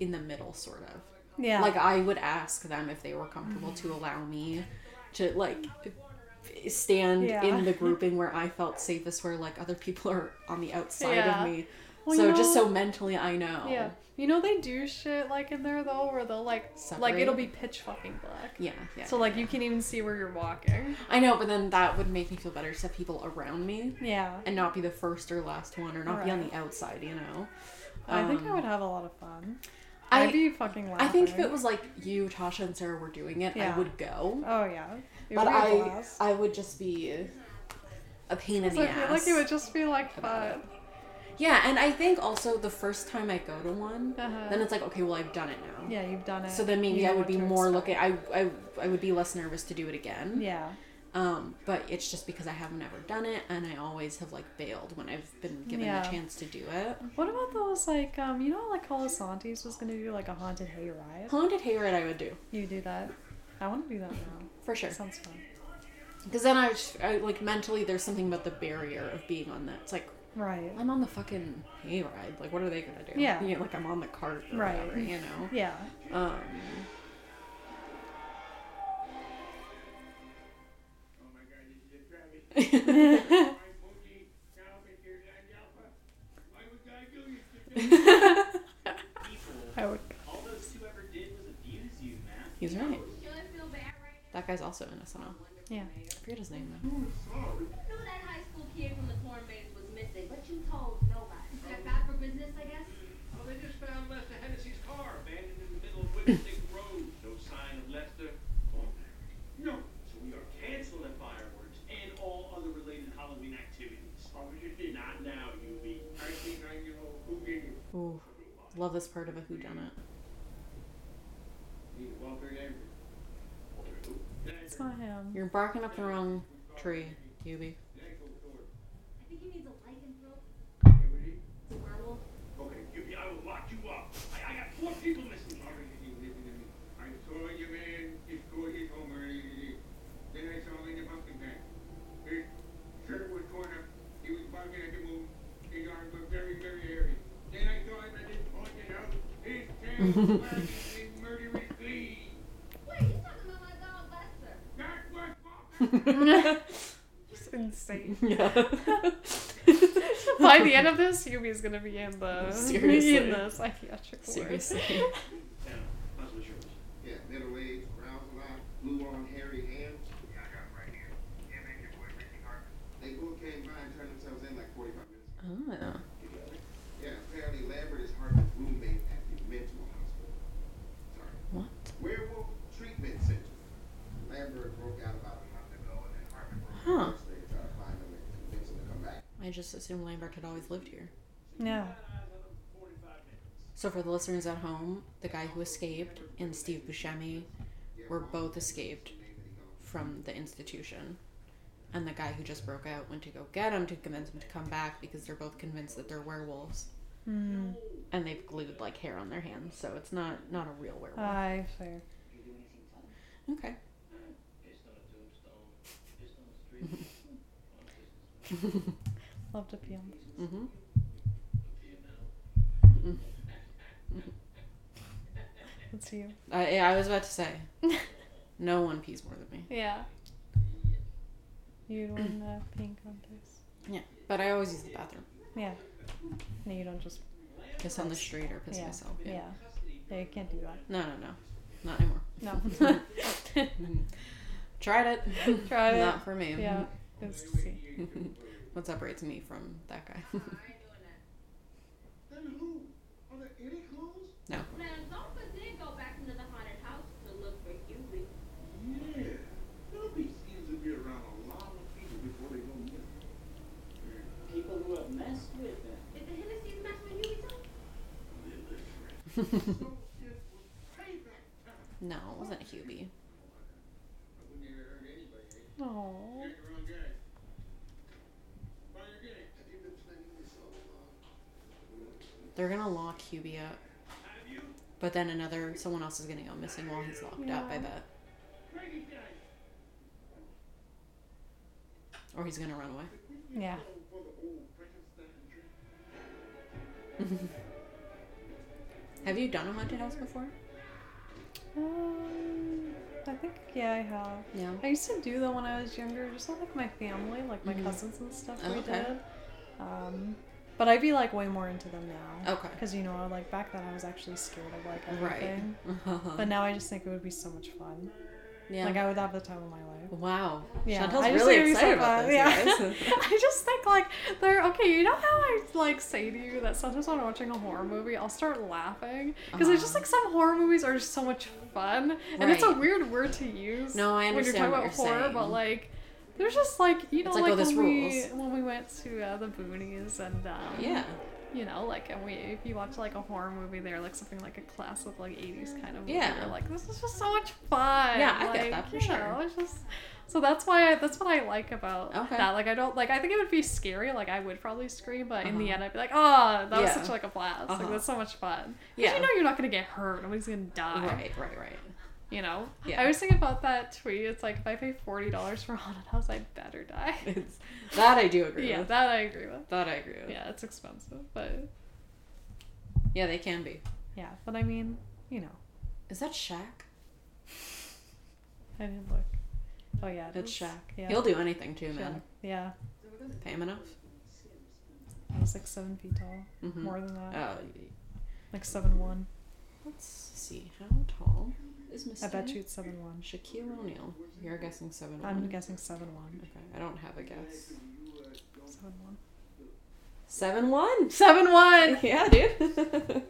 B: in the middle, sort of.
A: yeah. Mm-hmm.
B: Like I would ask them if they were comfortable to allow me to like f- stand
A: Yeah.
B: in the grouping where I felt safest, where like other people are on the outside
A: Yeah.
B: of me.
A: Well,
B: so
A: you
B: just
A: know-
B: so mentally I know.
A: Yeah. You know they do shit like in there though where they'll like like
B: Separate?
A: it'll be pitch fucking black.
B: Yeah, yeah.
A: So like you can even see where you're walking.
B: I know, but then that would make me feel better to have people around me
A: Yeah.
B: and not be the first or last one or not be on
A: Right.
B: the outside, you know.
A: I think I
B: Um,
A: would have a lot of fun.
B: I-
A: I'd be fucking laughing.
B: I think if it was like you, Tasha, and Sarah were doing it,
A: Yeah.
B: I would go.
A: Oh yeah. It
B: But
A: would be a
B: I,
A: blast.
B: I would just be a pain in
A: Because
B: the
A: I feel
B: ass.
A: like it would just be like
B: about
A: fun.
B: Yeah, and I think also the first time I go to one,
A: Uh-huh.
B: then it's like, okay, well I've done it now.
A: Yeah, you've done it.
B: So then maybe
A: You know
B: I would
A: what
B: be
A: to
B: more
A: expect.
B: looking. I, I I would be less nervous to do it again.
A: Yeah.
B: Um, but it's just because I have never done it, and I always have like bailed when I've been given
A: Yeah.
B: a chance to do it.
A: What about those like um you know how, like Colasantes was gonna do like a haunted hayride?
B: Haunted hayride, I would do
A: You do that. I want to do that now.
B: for sure.
A: That sounds fun.
B: Because then I, would just- I like mentally, there's something about the barrier of being on that. It's like
A: Right.
B: I'm on the fucking hayride. Like, what are they gonna do?
A: Yeah.
B: You know, like I'm on the cart. Or
A: Right.
B: Whatever, you know.
A: Yeah.
B: Um,
F: Oh my god, you just grabbed me. My booty, now if you're not alpha, why would I do you?
G: People,
A: I would.
G: all those two ever did was abuse you, man.
B: he's right.
H: Should feel bad right now.
B: That guy's also in SNL.
A: Yeah.
B: I forget his name though.
H: Knew that high school kid from the corn maze was missing, but you told nobody. Got back for business, I guess?
F: Oh, they just found Lester Hennessy's car abandoned in the middle of Whipstick Road. No sign of Lester. or Larry. No. So we are canceling fireworks and all other related Halloween activities. Oh, you did not now, Yubi. I think I know who gave you.
B: Ooh, love this part of a whodunit.
F: Need a Walker Denver. Walker who?
A: It's not him.
B: You're barking up the wrong tree, Yubi.
F: Thank you, Thor.
H: I think he needs a lycanthrope.
F: Everybody?
H: It's a werewolf.
F: Okay, Yubi, I will lock you up. I, I got four people listening. All right, you listen to me. I saw your man destroy his home earlier. Then I saw him in the pumpkin patch. His shirt was torn up. He was barking at the moon. His arms were very, very hairy. Then I saw him at his haunted house. His tail was wagging in murderous glee.
H: Wait, you talking about my dog Lester?
F: That was Walker.
A: It's insane.
B: yeah.
A: By the end of this, Yumi's gonna be in the
B: Seriously.
A: in the psychiatric ward.
B: Seriously.
G: Yeah, that's what yours.
F: Yeah, middle aged, brown black, blue on hairy hands. Yeah, I got him right here. Him and your boy Richie Harper. They both came by and turned themselves in like 45 minutes ago.
B: Oh.
F: Yeah, apparently Lambert is Harper's roommate at the mental hospital. Sorry.
B: What?
F: Werewolf Treatment Center. Lambert broke out about a month ago and then Harper broke
B: Huh.
F: out yesterday to try to find him and convince him to come back.
B: I just assumed Lambert had always lived here.
A: Yeah.
G: Eyes on him, 45
B: So for the listeners at home, the guy who escaped and Steve Buscemi were both escaped from the institution. And the guy who just broke out went to go get him to convince him to come back because they're both convinced that they're werewolves.
A: Hmm.
B: And they've glued like hair on their hands, so it's not not a real werewolf.
A: Aye, fair. Uh.
B: okay.
A: Love to pee on.
B: Mm-hmm.
A: That's you.
B: I, Uh, I was about to say, no one pees more than me.
A: Yeah. You'd win the peeing contest.
B: Yeah, but I always use the bathroom.
A: Yeah. No, you don't just.
B: Piss on the street or piss
A: Yeah.
B: myself.
A: Yeah. yeah. you can't do that.
B: No, no, no, not anymore.
A: No.
B: Tried it.
A: Tried it.
B: Not for me.
A: yeah. It was see.
B: what separates me from that guy?
F: Then who? Are there any clues?
B: no.
H: Now, Zonka did go back into the haunted house to look for Huey.
F: Yeah. Nobody seems to be around a lot of people before they go missing.
G: People who have messed with them.
H: Did the Hennessy's mess with Huey too?
B: No, it wasn't Hubie.
F: I wouldn't have heard anybody. eh?
A: Oh.
F: You're the wrong guy. Buy your game. Have you been planning this all along?
B: They're gonna lock Hubie up,
F: Have you?
B: but then another someone else is gonna go missing while he's locked up. I
A: Yeah.
B: bet,
F: Crazy guy.
B: or he's gonna run away.
A: Yeah.
F: Going for the old Frankenstein trick.
B: Have you done a haunted house before?
A: Um, I think yeah, I have.
B: Yeah.
A: I used to do them when I was younger, just with like my family, like my cousins and stuff.
B: Oh,
A: we
B: okay.
A: did. Um, but I'd be like way more into them now.
B: Okay.
A: Because you know, like back then I was actually scared of like
B: Oh. Right. Uh-huh.
A: everything. But now I just think it would be so much fun.
B: yeah.
A: Like I would have the time of my life.
B: wow.
A: Yeah,
B: Chantel's
A: I just
B: really
A: think it'd be so
B: excited about
A: fun,
B: this.
A: yeah.
B: guys.
A: I just think like they're okay. You know how I like say to you that sometimes when I'm watching a horror movie, I'll start laughing because I just
B: Uh-huh.
A: like some horror movies are just so much fun, and it's a
B: Right.
A: weird word to use.
B: No, I understand what
A: when you're talking
B: you're
A: about horror, but
B: saying.
A: like there's just like you know
B: like,
A: like,
B: oh, there's
A: when we
B: rules.
A: when we went to uh, the boonies and um,
B: yeah.
A: you know like and we if you watch like a horror movie, they're like something like a classic like 80s kind of movie.
B: Yeah.
A: you're like this is just so much fun.
B: Yeah, I
A: like,
B: get that for
A: you
B: sure.
A: know, it's just. So that's why I, that's what I like about
B: Okay.
A: that. Like I don't like I think it would be scary. Like I would probably scream, but in the
B: Uh-huh.
A: end I'd be like, oh, that was
B: Yeah.
A: such like a blast.
B: Uh-huh.
A: Like that's so much fun. Yeah.
B: Yeah.
A: You know you're not gonna get hurt. Nobody's gonna die.
B: Right. Right. Right.
A: You know.
B: Yeah.
A: I was thinking about that tweet. It's like if I pay forty dollars for a haunted house, I better die.
B: It's that I do agree
A: yeah,
B: with.
A: that I agree with.
B: That I agree with.
A: Yeah, it's expensive, but
B: Yeah, they can be.
A: yeah. But I mean, you know,
B: Is that Shaq?
A: I didn't look. Oh yeah, it
B: That's
A: is.
B: Shaq.
A: Yeah.
B: He'll do anything too,
A: Shaq.
B: man.
A: Yeah,
B: Pay him enough.
A: I was like seven feet tall,
B: Mhm.
A: more than that,
B: Uh,
A: like seven one.
B: let's see. How tall is Miss?
A: I bet
B: Steele?
A: you it's seven one.
B: Shaquille O'Neal. You're guessing seven
A: I'm
B: one.
A: guessing seven one.
B: okay, I don't have a guess.
A: Seven one.
B: Oh Seven one.
A: Seven one.
B: Yeah, dude. You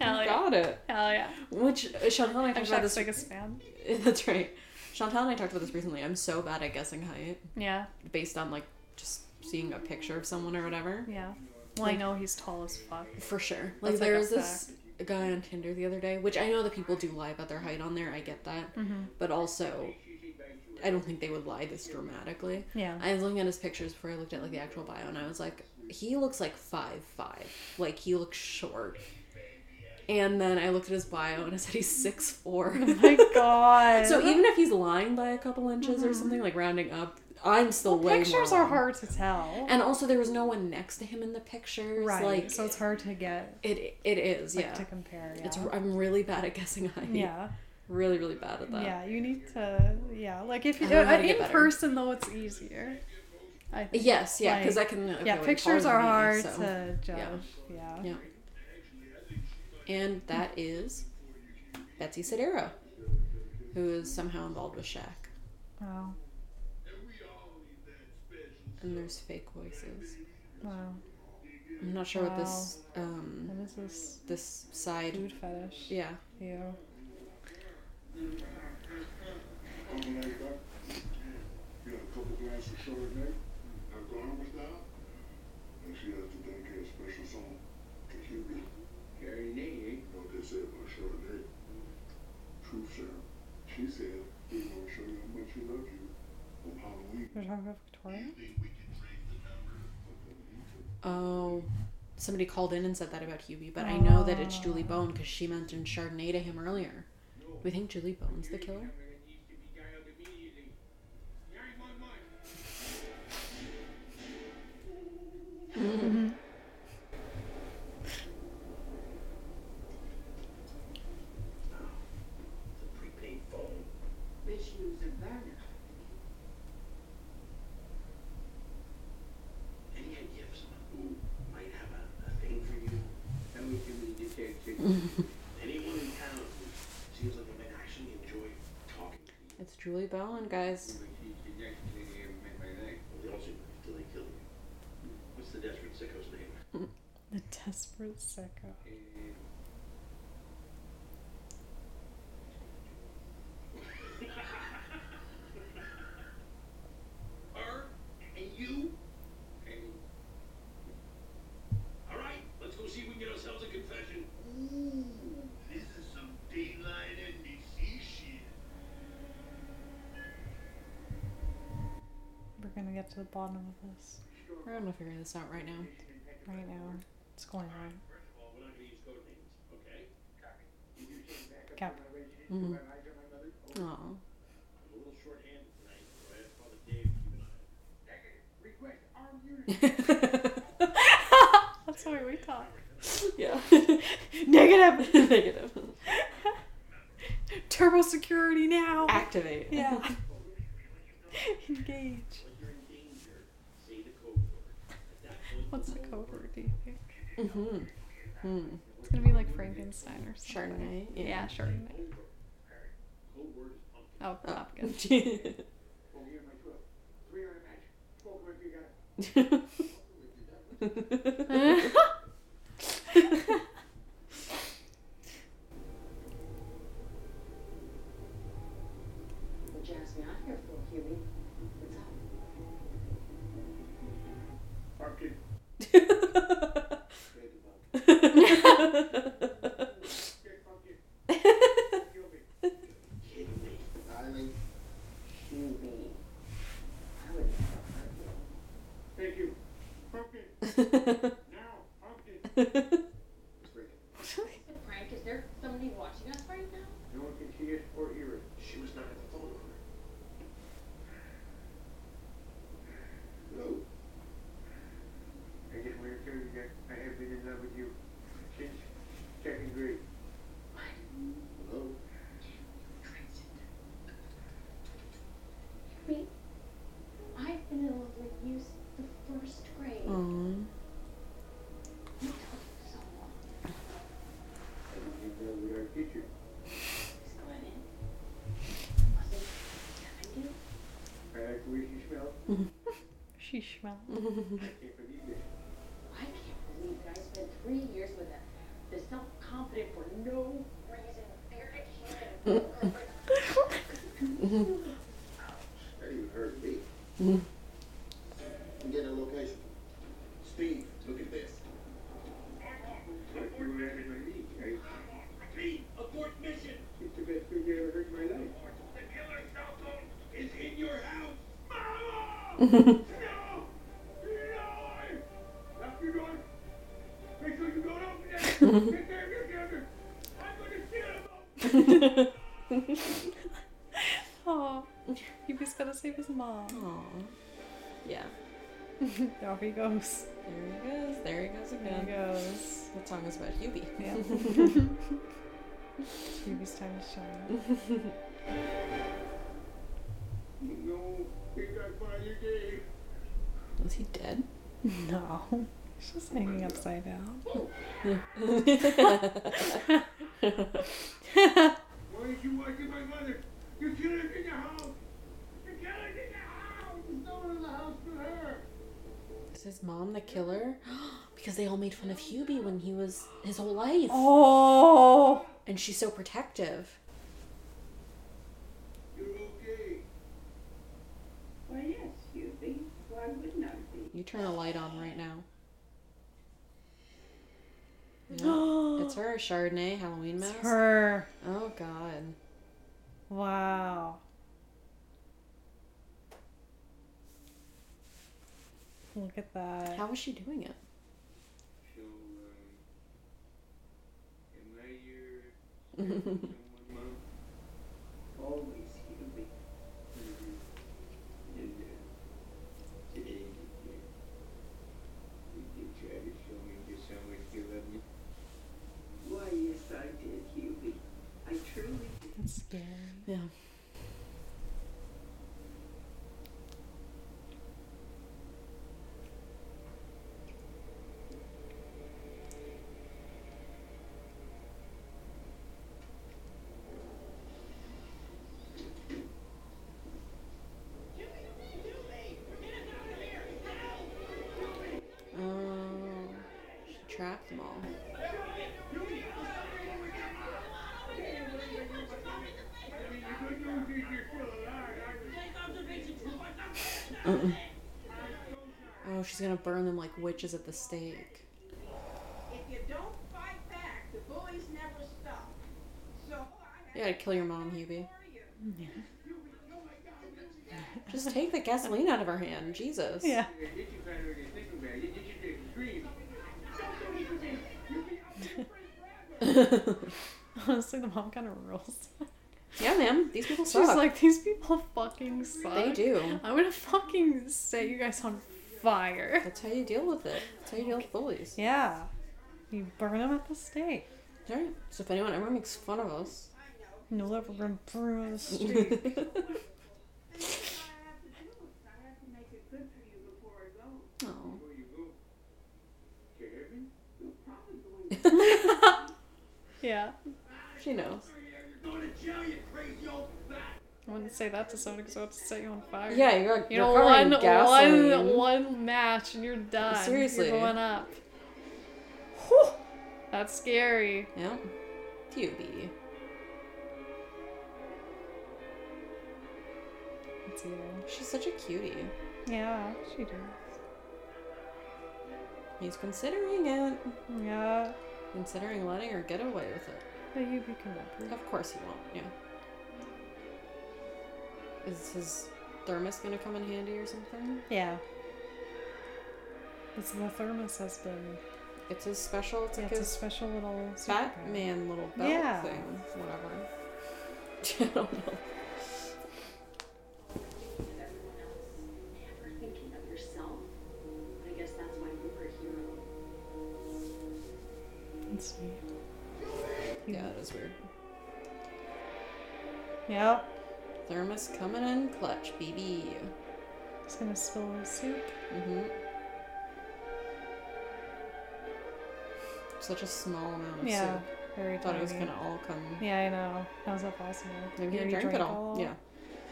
A: Hell yeah.
B: Got it.
A: Hell yeah.
B: Which uh, Chantel and I
A: I'm
B: talked about
A: Shaq's
B: this.
A: biggest fan.
B: That's right. Chantel and I talked about this recently. I'm so bad at guessing height
A: Yeah,
B: based on like just seeing a picture of someone or whatever.
A: yeah. Well, I know he's tall as fuck.
B: For sure. Like
A: That's, like,
B: there
A: a
B: was this guy on Tinder the other day, which I know that people do lie about their height on there. I get that,
A: Mm-hmm.
B: but also, I don't think they would lie this dramatically.
A: Yeah.
B: I was looking at his pictures before I looked at like the actual bio, and I was like, he looks like five five. Like he looks short. And then I looked at his bio and it said he's six four.
A: Oh my god. Mm-hmm.
B: so even if he's lying by a couple inches or something, like rounding up, I'm still way more
A: pictures are
B: wrong.
A: hard to tell.
B: And also, there was no one next to him in the pictures.
A: Right.
B: Like
A: so it's hard to get
B: it, it is.
A: like,
B: yeah.
A: to compare. Yeah.
B: It's I'm really bad at guessing height.
A: yeah.
B: Really, really bad at that.
A: Yeah. You need to. Yeah. Like if you
B: I don't know how
A: uh,
B: to get
A: in
B: better.
A: person though, it's easier. I think.
B: Yes, yeah, because
A: Like,
B: I can. okay,
A: yeah.
B: well,
A: Pictures
B: taller
A: are
B: than me,
A: hard
B: so-
A: to judge.
B: yeah.
A: Yeah.
B: Yeah. And that is Betsy Sidera, who is somehow involved with Shaq.
A: Wow.
B: And there's fake voices.
A: Wow.
B: I'm not sure what this um
A: And this is
B: this side.
A: dude fetish.
B: Yeah.
A: Ew.
F: Get a couple glasses of Chardonnay. After harvest now, and she has to dedicate a special song to Hubie. Chardonnay, eh? she loved you on Halloween.
A: You're talking about Victoria?
B: Oh, somebody called in and said that about Hubie, but I know that it's Julie Bone because she mentioned Chardonnay to him earlier. We think Julie Bone's the killer.
G: The prepaid phone.
E: Bitch used a burner.
G: Any idea if someone who might have a, a thing for you?
F: That was Jimmy's dickhead chick.
G: Anyone in town who seems like they might actually enjoy talking to you?
B: It's Julie Bowen, guys.
F: But she's the next lady I ever met in my life.
G: Well, they all seem like till they kill you. What's the desperate sicko's name?
A: The desperate sicko.
F: And
G: Her and you?
F: hey,
G: All right, let's go see if we can get ourselves a confession.
I: This is some daylight NBC shit.
A: We're gonna get to the bottom of this
B: We're gonna figure this out right now.
A: right now. It's going on.
G: First of all, we're not going to use code names, okay?
A: Cap.
B: Mm. Oh,
G: I'm a little short-handed tonight, so I asked Father Dave to keep an eye on
F: request armed unit.
G: it.
A: That's why we talk.
B: yeah. Negative. Negative.
A: Turbo security now!
B: Activate.
A: Yeah. Engage.
G: When you're in danger, say the code word. At that point,
A: What's the
G: whole
A: code
G: world-
A: word, do you think?
B: Mm-hmm. Hmm.
A: It's gonna be like Frankenstein or something.
B: Chardonnay.
A: Yeah, yeah Chardonnay.
G: Code word. Code word is pumpkin.
A: Oh,
B: Oh.
A: pumpkin.
F: Over here, my 12. Three on a match. Spoke with you got
E: Well, Jasmine, I'm here for Huey. What's up?
F: Pumpkin. Dead the pumpkin. Dead pumpkin. Kill me.
G: Kidding me?
F: Darling.
E: Huey. I would never hurt you.
F: Thank you. Pumpkin. Now. Pumpkin. Let's break it.
H: It's a prank. Is there somebody watching us right now?
F: No one can see us or hear us.
G: She was not at the phone number.
F: No. I just want to tell you that I have been in love with you since second grade. Hello?
H: Wait. I've been in love with you since the first grade.
B: Mm.
H: You took so long.
F: I was in love with our teacher.
H: Miss Glennon. Was it behind you?
F: I like the way she smelled.
A: She smells.
F: I can't believe it.
H: I can't believe that I spent three years with a the self-confident for no reason. Very human.
F: Now you heard me. Get a location.
G: Steve, look at this.
F: But you were out of my league. I,
G: Repeat, abort mission.
F: it's the best thing I ever heard in my life.
G: The killer cell phone is in your house. Mama!
F: No! No! Lock your door. Make sure you don't open it. Get there, get there, get there. I'm gonna steal them all.
A: Oh, he was gonna save his mom.
B: Aw. Yeah.
A: There
B: There he
A: he goes.
B: goes. There he goes
A: There
B: again.
A: he goes.
B: That song is about Hubie.
A: Yeah. Phoebe's time to shine.
F: No, we got Father Dave.
B: Was he dead?
A: No. She's just hanging upside down.
F: Why did you watch my mother? The killer's in the house. The killer's in the house. No one in the house but her.
B: Is his mom the killer? because they all made fun of Hubie when he was his whole life.
A: Oh!
B: And she's so protective.
F: You're okay.
E: Well, yes, Hubie. Why wouldn't I be?
B: You turn a light on right now. Yeah. it's her, Chardonnay, Halloween Oh,
A: It's
B: mask.
A: her.
B: Oh god.
A: Wow. Look at that.
B: How was she doing it?
F: So, um, am I your someone, mom? Always heal me. Mhm. And uh, today you did. You did try to show me just how much you love me.
G: Why, yes, I did, Hubie. I truly did.
A: That's scary.
B: Yeah. Oh, she trapped them all. Uh-uh. Oh, she's gonna burn them like witches at the stake.
E: If you don't fight back, the bullies never stop. So I have
B: You gotta kill your mom, Hubie.
E: for you.
B: Just take the gasoline out of her hand, Jesus.
A: Yeah.
F: Did you find out what you're thinking about? Did you just scream?
B: yeah,
A: Honestly, the mom kind of rules.
B: ma'am. These people suck.
A: She's like, these people fucking suck.
B: they do.
A: I'm gonna fucking set you guys on fire.
B: That's how you deal with it. That's how you deal with bullies.
A: Yeah. You burn them at the stake.
B: All right. So if anyone ever makes fun of us,
A: No level room burn the street.
B: oh,
E: And that's what I have to do. is I have to make it good for you before I go.
A: Oh.
F: Before you go to heaven?
E: You're probably going
A: yeah.
B: she knows.
A: I wouldn't say that to someone because I would set you on fire.
B: Yeah, you're
A: You
B: you're
A: know,
B: covering
A: one,
B: gasoline.
A: one, one match and you're done.
B: Seriously.
A: You're going up. Whew. That's scary.
B: Yeah. Hubie.
A: It's evil.
B: She's such a cutie.
A: Yeah, she does.
B: He's considering it.
A: Yeah.
B: Considering letting her get away with it.
A: But you become that.
B: Of course he won't, yeah. Is his thermos gonna come in handy or something?
A: Yeah. It's the thermos has been.
B: It's his special, it's
A: Yeah,
B: like
A: it's a
B: his
A: special little. superpower.
B: Batman little belt
A: Yeah.
B: thing. Whatever. I don't know.
H: thinking of everyone else, never thinking of yourself. I guess that's why you were a hero.
A: It's me.
B: Yeah, that is weird.
A: Yeah.
B: Thermos coming in clutch, BB.
A: It's gonna spill the soup.
B: Mm-hmm. Such a small amount of
A: yeah.
B: soup.
A: Very
B: I thought it was
A: tiny.
B: gonna all come.
A: Yeah, I know. How's that possible?
B: Maybe
A: You
B: he
A: already
B: drank it
A: drank
B: all. Yeah.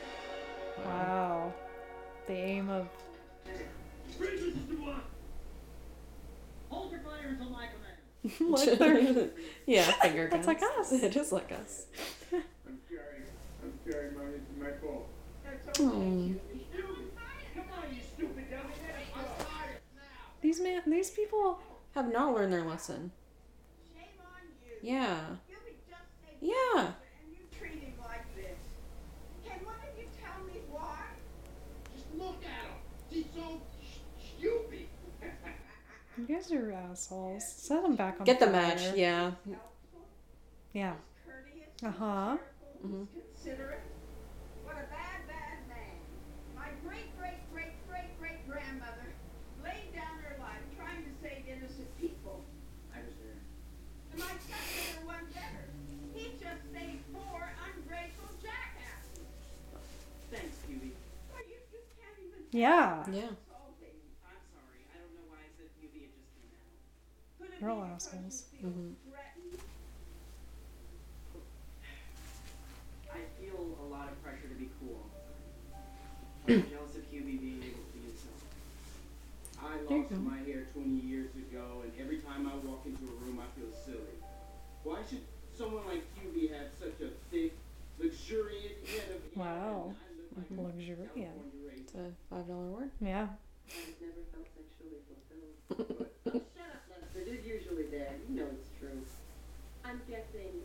B: Wow.
A: Wow. The aim of.
I: Bridges is the one.
D: Hold your fire until my command.
A: Like they're-
B: yeah, finger guns.
A: That's like us.
B: It is like us.
F: I'm sorry. I'm sorry, Mom. It's my fault.
A: Hmm. These man, these people.
B: Have not learned their lesson.
E: Shame on you.
B: Yeah.
E: You would just say
B: Yeah.
E: and you treat him like this. Can one of you tell me why?
I: Just look at him. He's so stupid.
A: You guys are assholes. Set them back on.
B: Get the
A: fire.
B: match. Yeah.
E: Helpful,
A: Yeah.
E: courteous,
A: Uh huh.
E: careful, considerate. What a bad, bad man. My great, great, great, great, great grandmother laid down her life trying to save innocent people.
F: I was there.
E: And my stepfather won better. He just saved four ungrateful jackasses.
G: Thanks, Hubie.
E: Well, you, you can't even
A: Yeah.
B: Yeah.
E: solve it.
G: Oh, I'm sorry. I don't know why I said Hubie. It just came out.
E: Could it
A: They're all
E: be because you
A: assholes.
E: feel
G: Mm-hmm.
B: Mhm.
E: threatened?
G: I feel a lot of pressure to be cool. I'm jealous of Hubie being able to be himself.
F: I
A: you
F: lost
A: go.
F: my hair 20 years ago, and every time I walk into a room, I feel silly. Why should someone like you be have such a thick, luxuriant head of hair?
A: Wow.
F: and I look like a
A: Luxuriant.
F: California
B: It's
F: raisin?
B: a five dollar word.
A: Yeah.
G: I've never felt sexually fulfilled.
F: But-
G: Shut up, Lester. You're usually there. You know it's true. I'm guessing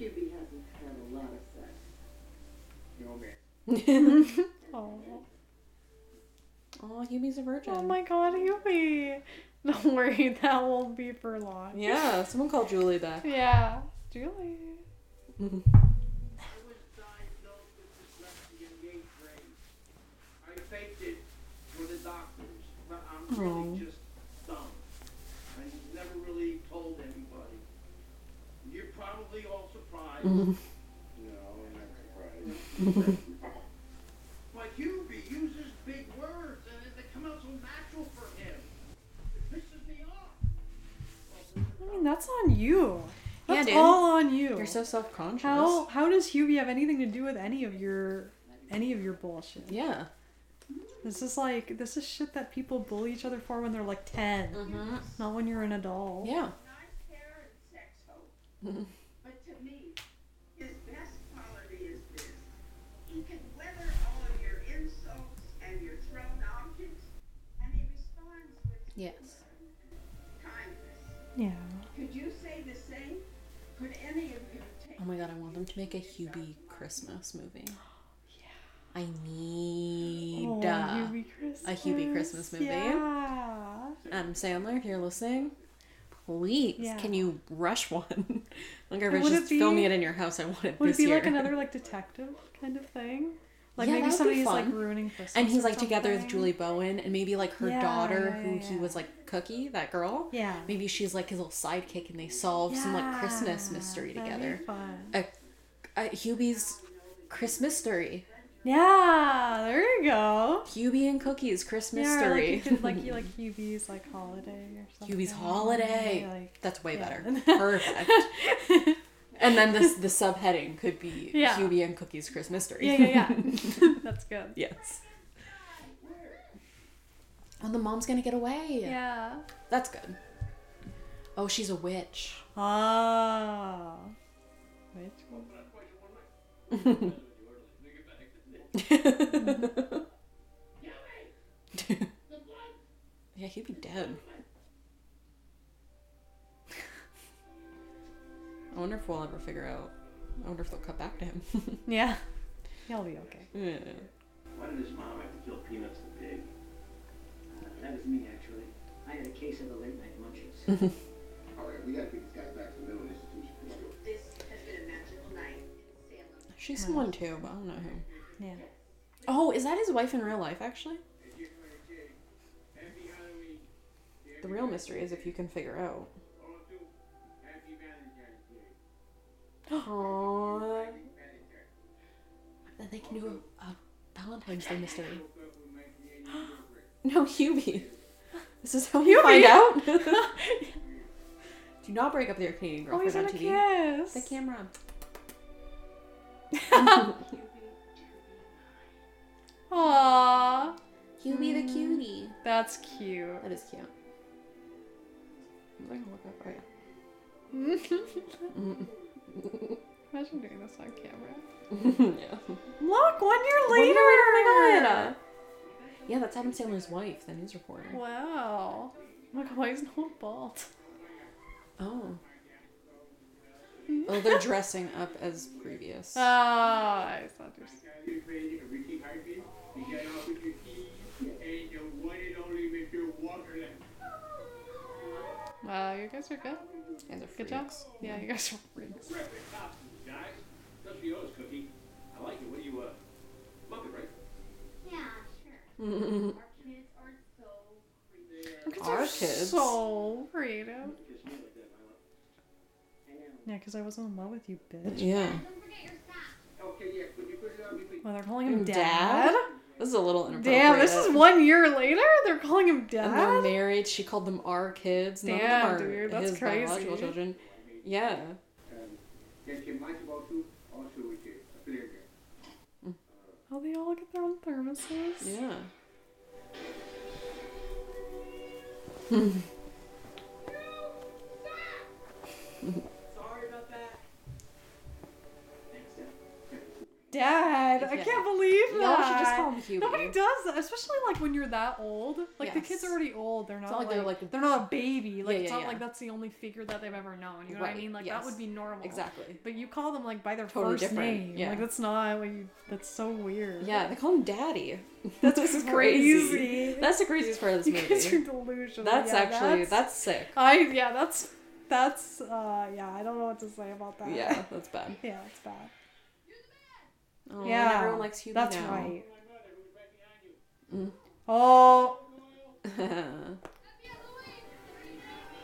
G: Hubie hasn't had a lot of sex.
F: No, man.
A: Oh.
B: Oh, Yumi's a virgin.
A: Oh my god, Yumi. Don't worry, that won't be for long.
B: Yeah, someone called Julie back.
A: Yeah. Julie.
F: I was diagnosed with dyslexia in the eighth grade. I faked it for the doctors, but I'm
B: Oh.
F: really just dumb. I never really told anybody. You're probably all surprised. No, I'm not surprised. but Hubie uses big words, and it- they come out so natural for him. It pisses me off.
A: I mean, that's on you.
B: Yeah,
A: That's
B: dude.
A: all on you.
B: You're so self conscious.
A: how how does Hubie have anything to do with any of your any of your bullshit?
B: Yeah.
A: This is like this is shit that people bully each other for when they're like 10
B: Mm-hmm.
A: not when you're an adult.
B: Yeah.
E: nice hair and sex hope. but to me, his best quality is this. He can weather all of your insults and your thrown objects, and he responds with
B: Yes.
E: kindness.
A: Yeah.
E: Could you say the same? Could any of you take
B: Oh my god, I want them to make a Hubie Christmas movie. I need
A: Oh,
B: uh,
A: Hubie Christmas.
B: a Hubie Christmas movie.
A: Yeah.
B: Adam Sandler, if you're listening, please
A: Yeah.
B: can you rush one? like, if it's
A: would it
B: just filming
A: be-
B: it in your house, I want it
A: Would
B: this
A: it be
B: year.
A: like another like detective kind of thing? Like
B: Yeah, that
A: maybe
B: would be
A: somebody's like
B: fun.
A: ruining Christmas.
B: and he's
A: or
B: like together with
A: something.
B: Julie Bowen and maybe like her
A: Yeah,
B: daughter
A: yeah,
B: who
A: yeah,
B: he
A: yeah.
B: was like Cookie, that girl.
A: Yeah.
B: Maybe she's like his little sidekick and they solve some like Christmas
A: Yeah,
B: mystery
A: that'd be
B: together.
A: fun.
B: A, a Hubie's Christmas story.
A: Yeah, there you go.
B: Hubie and Cookie's Christmas
A: Yeah, or, like
B: story.
A: you could like you like Hubie's like holiday or something.
B: Hubie's holiday.
A: Like,
B: That's way
A: yeah.
B: better. Perfect. and then this the subheading could be
A: Yeah.
B: Hubie and Cookie's Christmas story.
A: yeah, yeah, yeah. That's good.
B: yes. And the mom's gonna get away.
A: Yeah.
B: That's good. Oh, she's a witch.
A: Ah. Wait.
B: yeah, he'd be dead. I wonder if we'll ever figure out. I wonder if they'll cut back to him.
A: Yeah. He'll be okay.
B: yeah.
F: Why did his mom have to kill peanuts and pig?
D: That was me, actually. I had a case of the late night munchies.
F: All right, we gotta get these guys back to the mental institution for sure.
E: this has been a magical night in Salem?
B: She's someone too, but I don't know who.
A: Yeah.
B: Oh, is that his wife in real life, actually?
F: Happy Halloween.
B: The real mystery is if you can figure out.
F: Also, happy Valentine's Day.
B: Aww.
F: Valentine's.
B: Then they can do a, a Valentine's Day mystery.
F: Hope up with my creative girlfriend.
B: No, Hubie. This is how you find out. do not break up with your Canadian
A: Oh, he's
B: girlfriend on
A: gonna
B: TV.
A: kiss.
B: The camera.
A: Aww.
B: Hubie the cutie.
A: That's cute.
B: That is cute. I'm gonna look up. Oh yeah.
A: Imagine doing this on camera.
B: oh, yeah.
A: Look, one year
B: One year
A: later.
B: later, oh my god. Yeah, that's Adam Sandler's wife, the news reporter.
A: Wow. Look, why is no one bald?
B: Oh. Oh, they're dressing up as previous.
A: Ah, I thought you
F: Guys, you're creating a Ricky Harvey. You get off with your keys and the one and only Mr. Wonderland.
A: were- Wow, you guys are good.
B: and they're
A: Good job.
B: freaks.
A: Yeah, you guys are freaks.
F: Breakfast options, guys. Just for yours, Cookie. I like it. What do you, uh, Muppet, right?
C: Yeah, sure.
B: Mm-mm.
C: Our kids are so
A: Our kids
B: Our
A: are
B: kids.
A: so creative.
F: Kiss me like that, my love.
A: Yeah, because I was in love with you, bitch.
B: yeah.
C: Don't forget your socks.
F: Okay, yeah, could you put it on me, please?
A: Well, they're calling him
B: Dad?
A: dad.
B: This is a little inappropriate.
A: Damn, this is one year later. They're calling him
B: And they're
A: dad.
B: married. She called them our kids. None
A: Damn,
B: of them are
A: dude, that's
B: his
A: crazy.
B: biological children. Yeah.
F: Um, then can my ball too? Also, we can. I feel like
A: Oh, they all get their own thermoses.
B: Yeah.
G: Sorry about that.
A: Dad. god! I
B: Yeah.
A: can't believe that.
B: Y'all should just call him Hubie.
A: Nobody does that, especially like when you're that old. Like the
B: Yes.
A: kids are already old. They're not,
B: not
A: like,
B: like they're,
A: they're
B: like-
A: not a baby. Like
B: Yeah,
A: it's
B: yeah,
A: not
B: yeah.
A: like that's the only figure that they've ever known. You know what I
B: Right,
A: mean? Like
B: yes.
A: that would be normal.
B: Exactly.
A: But you call them like by their
B: Totally
A: first
B: different,
A: name.
B: yeah.
A: Like that's not what you. That's so weird.
B: Yeah, they call him Daddy.
A: That's crazy.
B: That's the craziest part of this
A: You guys are
B: movie.
A: delusional.
B: That's
A: Yeah,
B: actually that's sick.
A: I yeah that's that's uh yeah I don't know what to say about that.
B: Yeah, that's bad.
A: Yeah, it's bad.
B: Oh,
A: yeah.
B: and everyone likes Hubie
A: That's
B: now.
A: right.
F: My mother, who's right behind you.
A: Oh.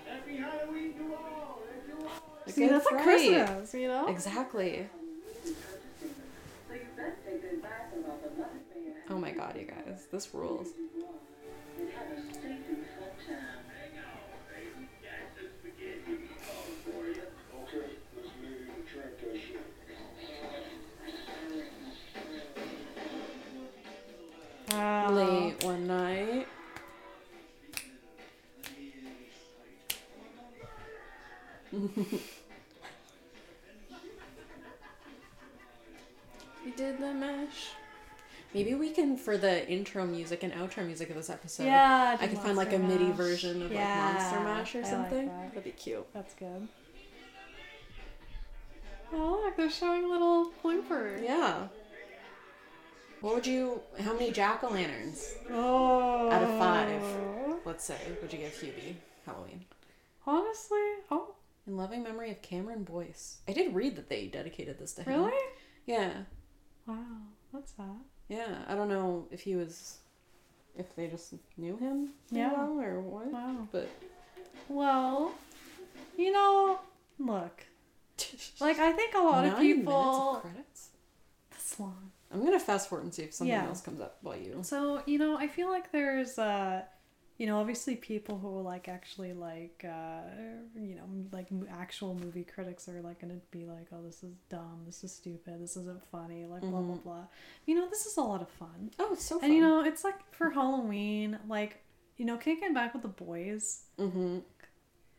F: Happy Halloween to all. and to all.
A: See,
B: Good
A: that's like
B: Friday.
A: Christmas, you know?
B: Exactly.
E: So you best say goodbye to Mother Mother Man
B: Oh my god, you guys, this rules.
E: and have a safe and fun time.
F: Hang on, baby. That's the spaghetti calling for you. Okay, let's get it track that shit.
A: Wow.
B: Late
A: Uh,
B: one night. we did the mash. Maybe we can for the intro music and outro music of this episode.
A: Yeah,
B: I
A: do
B: can find like a
A: Monster
B: MIDI
A: Mash.
B: version of
A: Yeah,
B: like Monster Mash
A: I
B: or
A: like
B: something.
A: that.
B: That'd be cute.
A: That's good. Oh, look, they're showing little bloopers.
B: Yeah. What would you? How many jack o' lanterns?
A: Oh.
B: Out of five. Let's say would you give Hubie Halloween?
A: Honestly, oh,
B: In loving memory of Cameron Boyce. I did read that they dedicated this to him.
A: really?
B: Yeah.
A: Wow, what's that?
B: Yeah. I don't know if he was if they just knew him
A: Yeah.
B: well or what.
A: Wow.
B: But
A: Well, you know, look, like I think a lot of
B: Nine minutes of
A: people.
B: credits?
A: This long.
B: I'm gonna fast forward and see if something
A: Yeah.
B: else comes up while you
A: So, you know, I feel like there's, uh, you know, obviously people who are like actually like, uh, you know, m- like m- actual movie critics are like gonna be like, oh, this is dumb, this is stupid, this isn't funny, like blah blah blah. You know, this is a lot of fun.
B: Oh, it's Mm-hmm. so fun.
A: And you know, it's like for Halloween, like, you know, kicking back with the boys.
B: mm-hmm.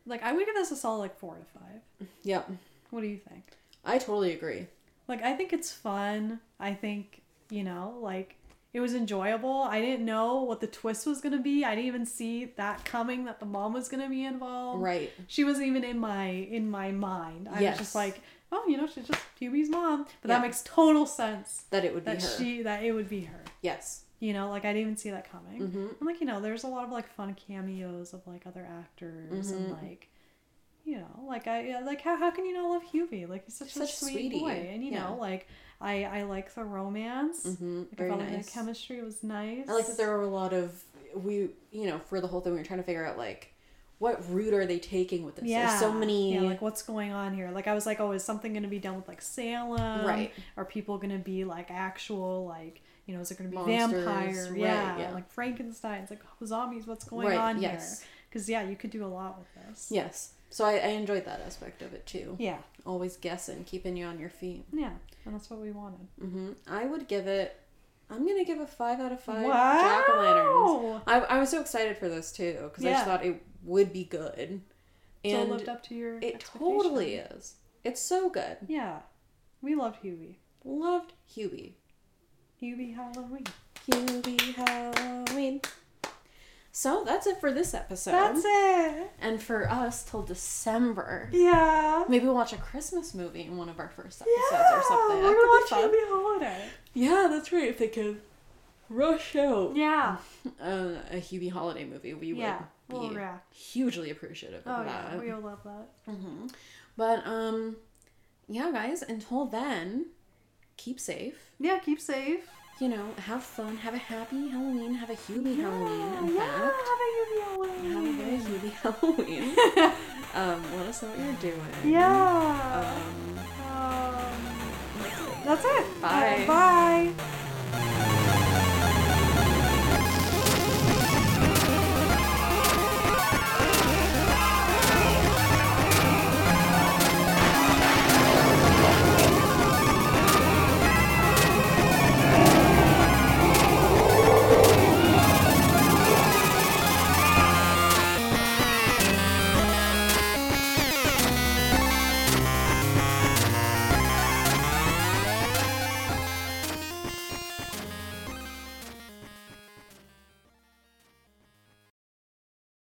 A: Like, I would give this a solid like four to five.
B: Yep.
A: What do you think?
B: I totally agree.
A: like i think it's fun i think you know like it was enjoyable i didn't know what the twist was going to be i didn't even see that coming that the mom was going to be involved
B: Right.
A: she wasn't even in my in my mind i was
B: Yes.
A: just like oh you know she's just hubie's mom but
B: Yeah.
A: that makes total sense
B: That it would be
A: that
B: her.
A: she that it would be her
B: Yes.
A: you know like i didn't even see that coming
B: Mhm.
A: and like you know there's a lot of like fun cameos of like other actors and
B: Mm-hmm.
A: like you know like i yeah, like how, how can you not love hubie like he's such,
B: Such a
A: a sweet
B: sweetie,
A: boy and you
B: yeah.
A: know like i i like the romance
B: Mm-hmm.
A: like, I
B: Very
A: felt like
B: nice.
A: the chemistry was nice
B: I like that there were a lot of we you know for the whole thing we were trying to figure out like what route are they taking with this? There's so many.
A: yeah like what's going on here like i was like oh is something gonna be done with like salem
B: Right.
A: are people gonna be like actual like you know is it gonna be
B: Monsters,
A: vampires
B: right,
A: yeah,
B: yeah.
A: like frankenstein's like zombies what's going
B: Right,
A: on
B: yes.
A: here because yeah you could do a lot with this
B: yes. So I, I enjoyed that aspect of it too.
A: yeah
B: Always guessing, keeping you on your feet.
A: Yeah, and that's what we wanted.
B: hmm I would give it. I'm gonna give a five out of five
A: Wow.
B: jack o' lanterns. I, I was so excited for this too because I just
A: Yeah.
B: thought it would be good,
A: so
B: and
A: it lived up to your.
B: it
A: expectations.
B: totally is. It's so good.
A: Yeah, we loved Huey.
B: Loved Huey.
A: Huey Halloween.
B: Huey Halloween. So that's it for this episode.
A: That's it.
B: And for us till December.
A: Yeah.
B: Maybe we'll watch a Christmas movie in one of our first episodes
A: Yeah,
B: or something.
A: we're
B: That could
A: gonna
B: be
A: watch
B: fun.
A: Huey Holiday.
B: Yeah, that's right. If they could rush out
A: Yeah.
B: uh, a Hubie Holiday movie, we would
A: Yeah, we'll
B: be
A: react.
B: hugely appreciative
A: Oh
B: of
A: yeah,
B: that. Mm-hmm.
A: we will love that.
B: But um, yeah, guys. Until then, keep safe.
A: Yeah, keep safe.
B: You know, have fun. Have a happy Halloween. Have a Hubie Halloween. In
A: yeah, have
B: fact,
A: a Huey
B: have a
A: Halloween.
B: very Hubie Halloween. um, let us know what you're doing.
A: Yeah.
B: Um,
A: Um, that's it.
B: Bye.
A: Uh, bye.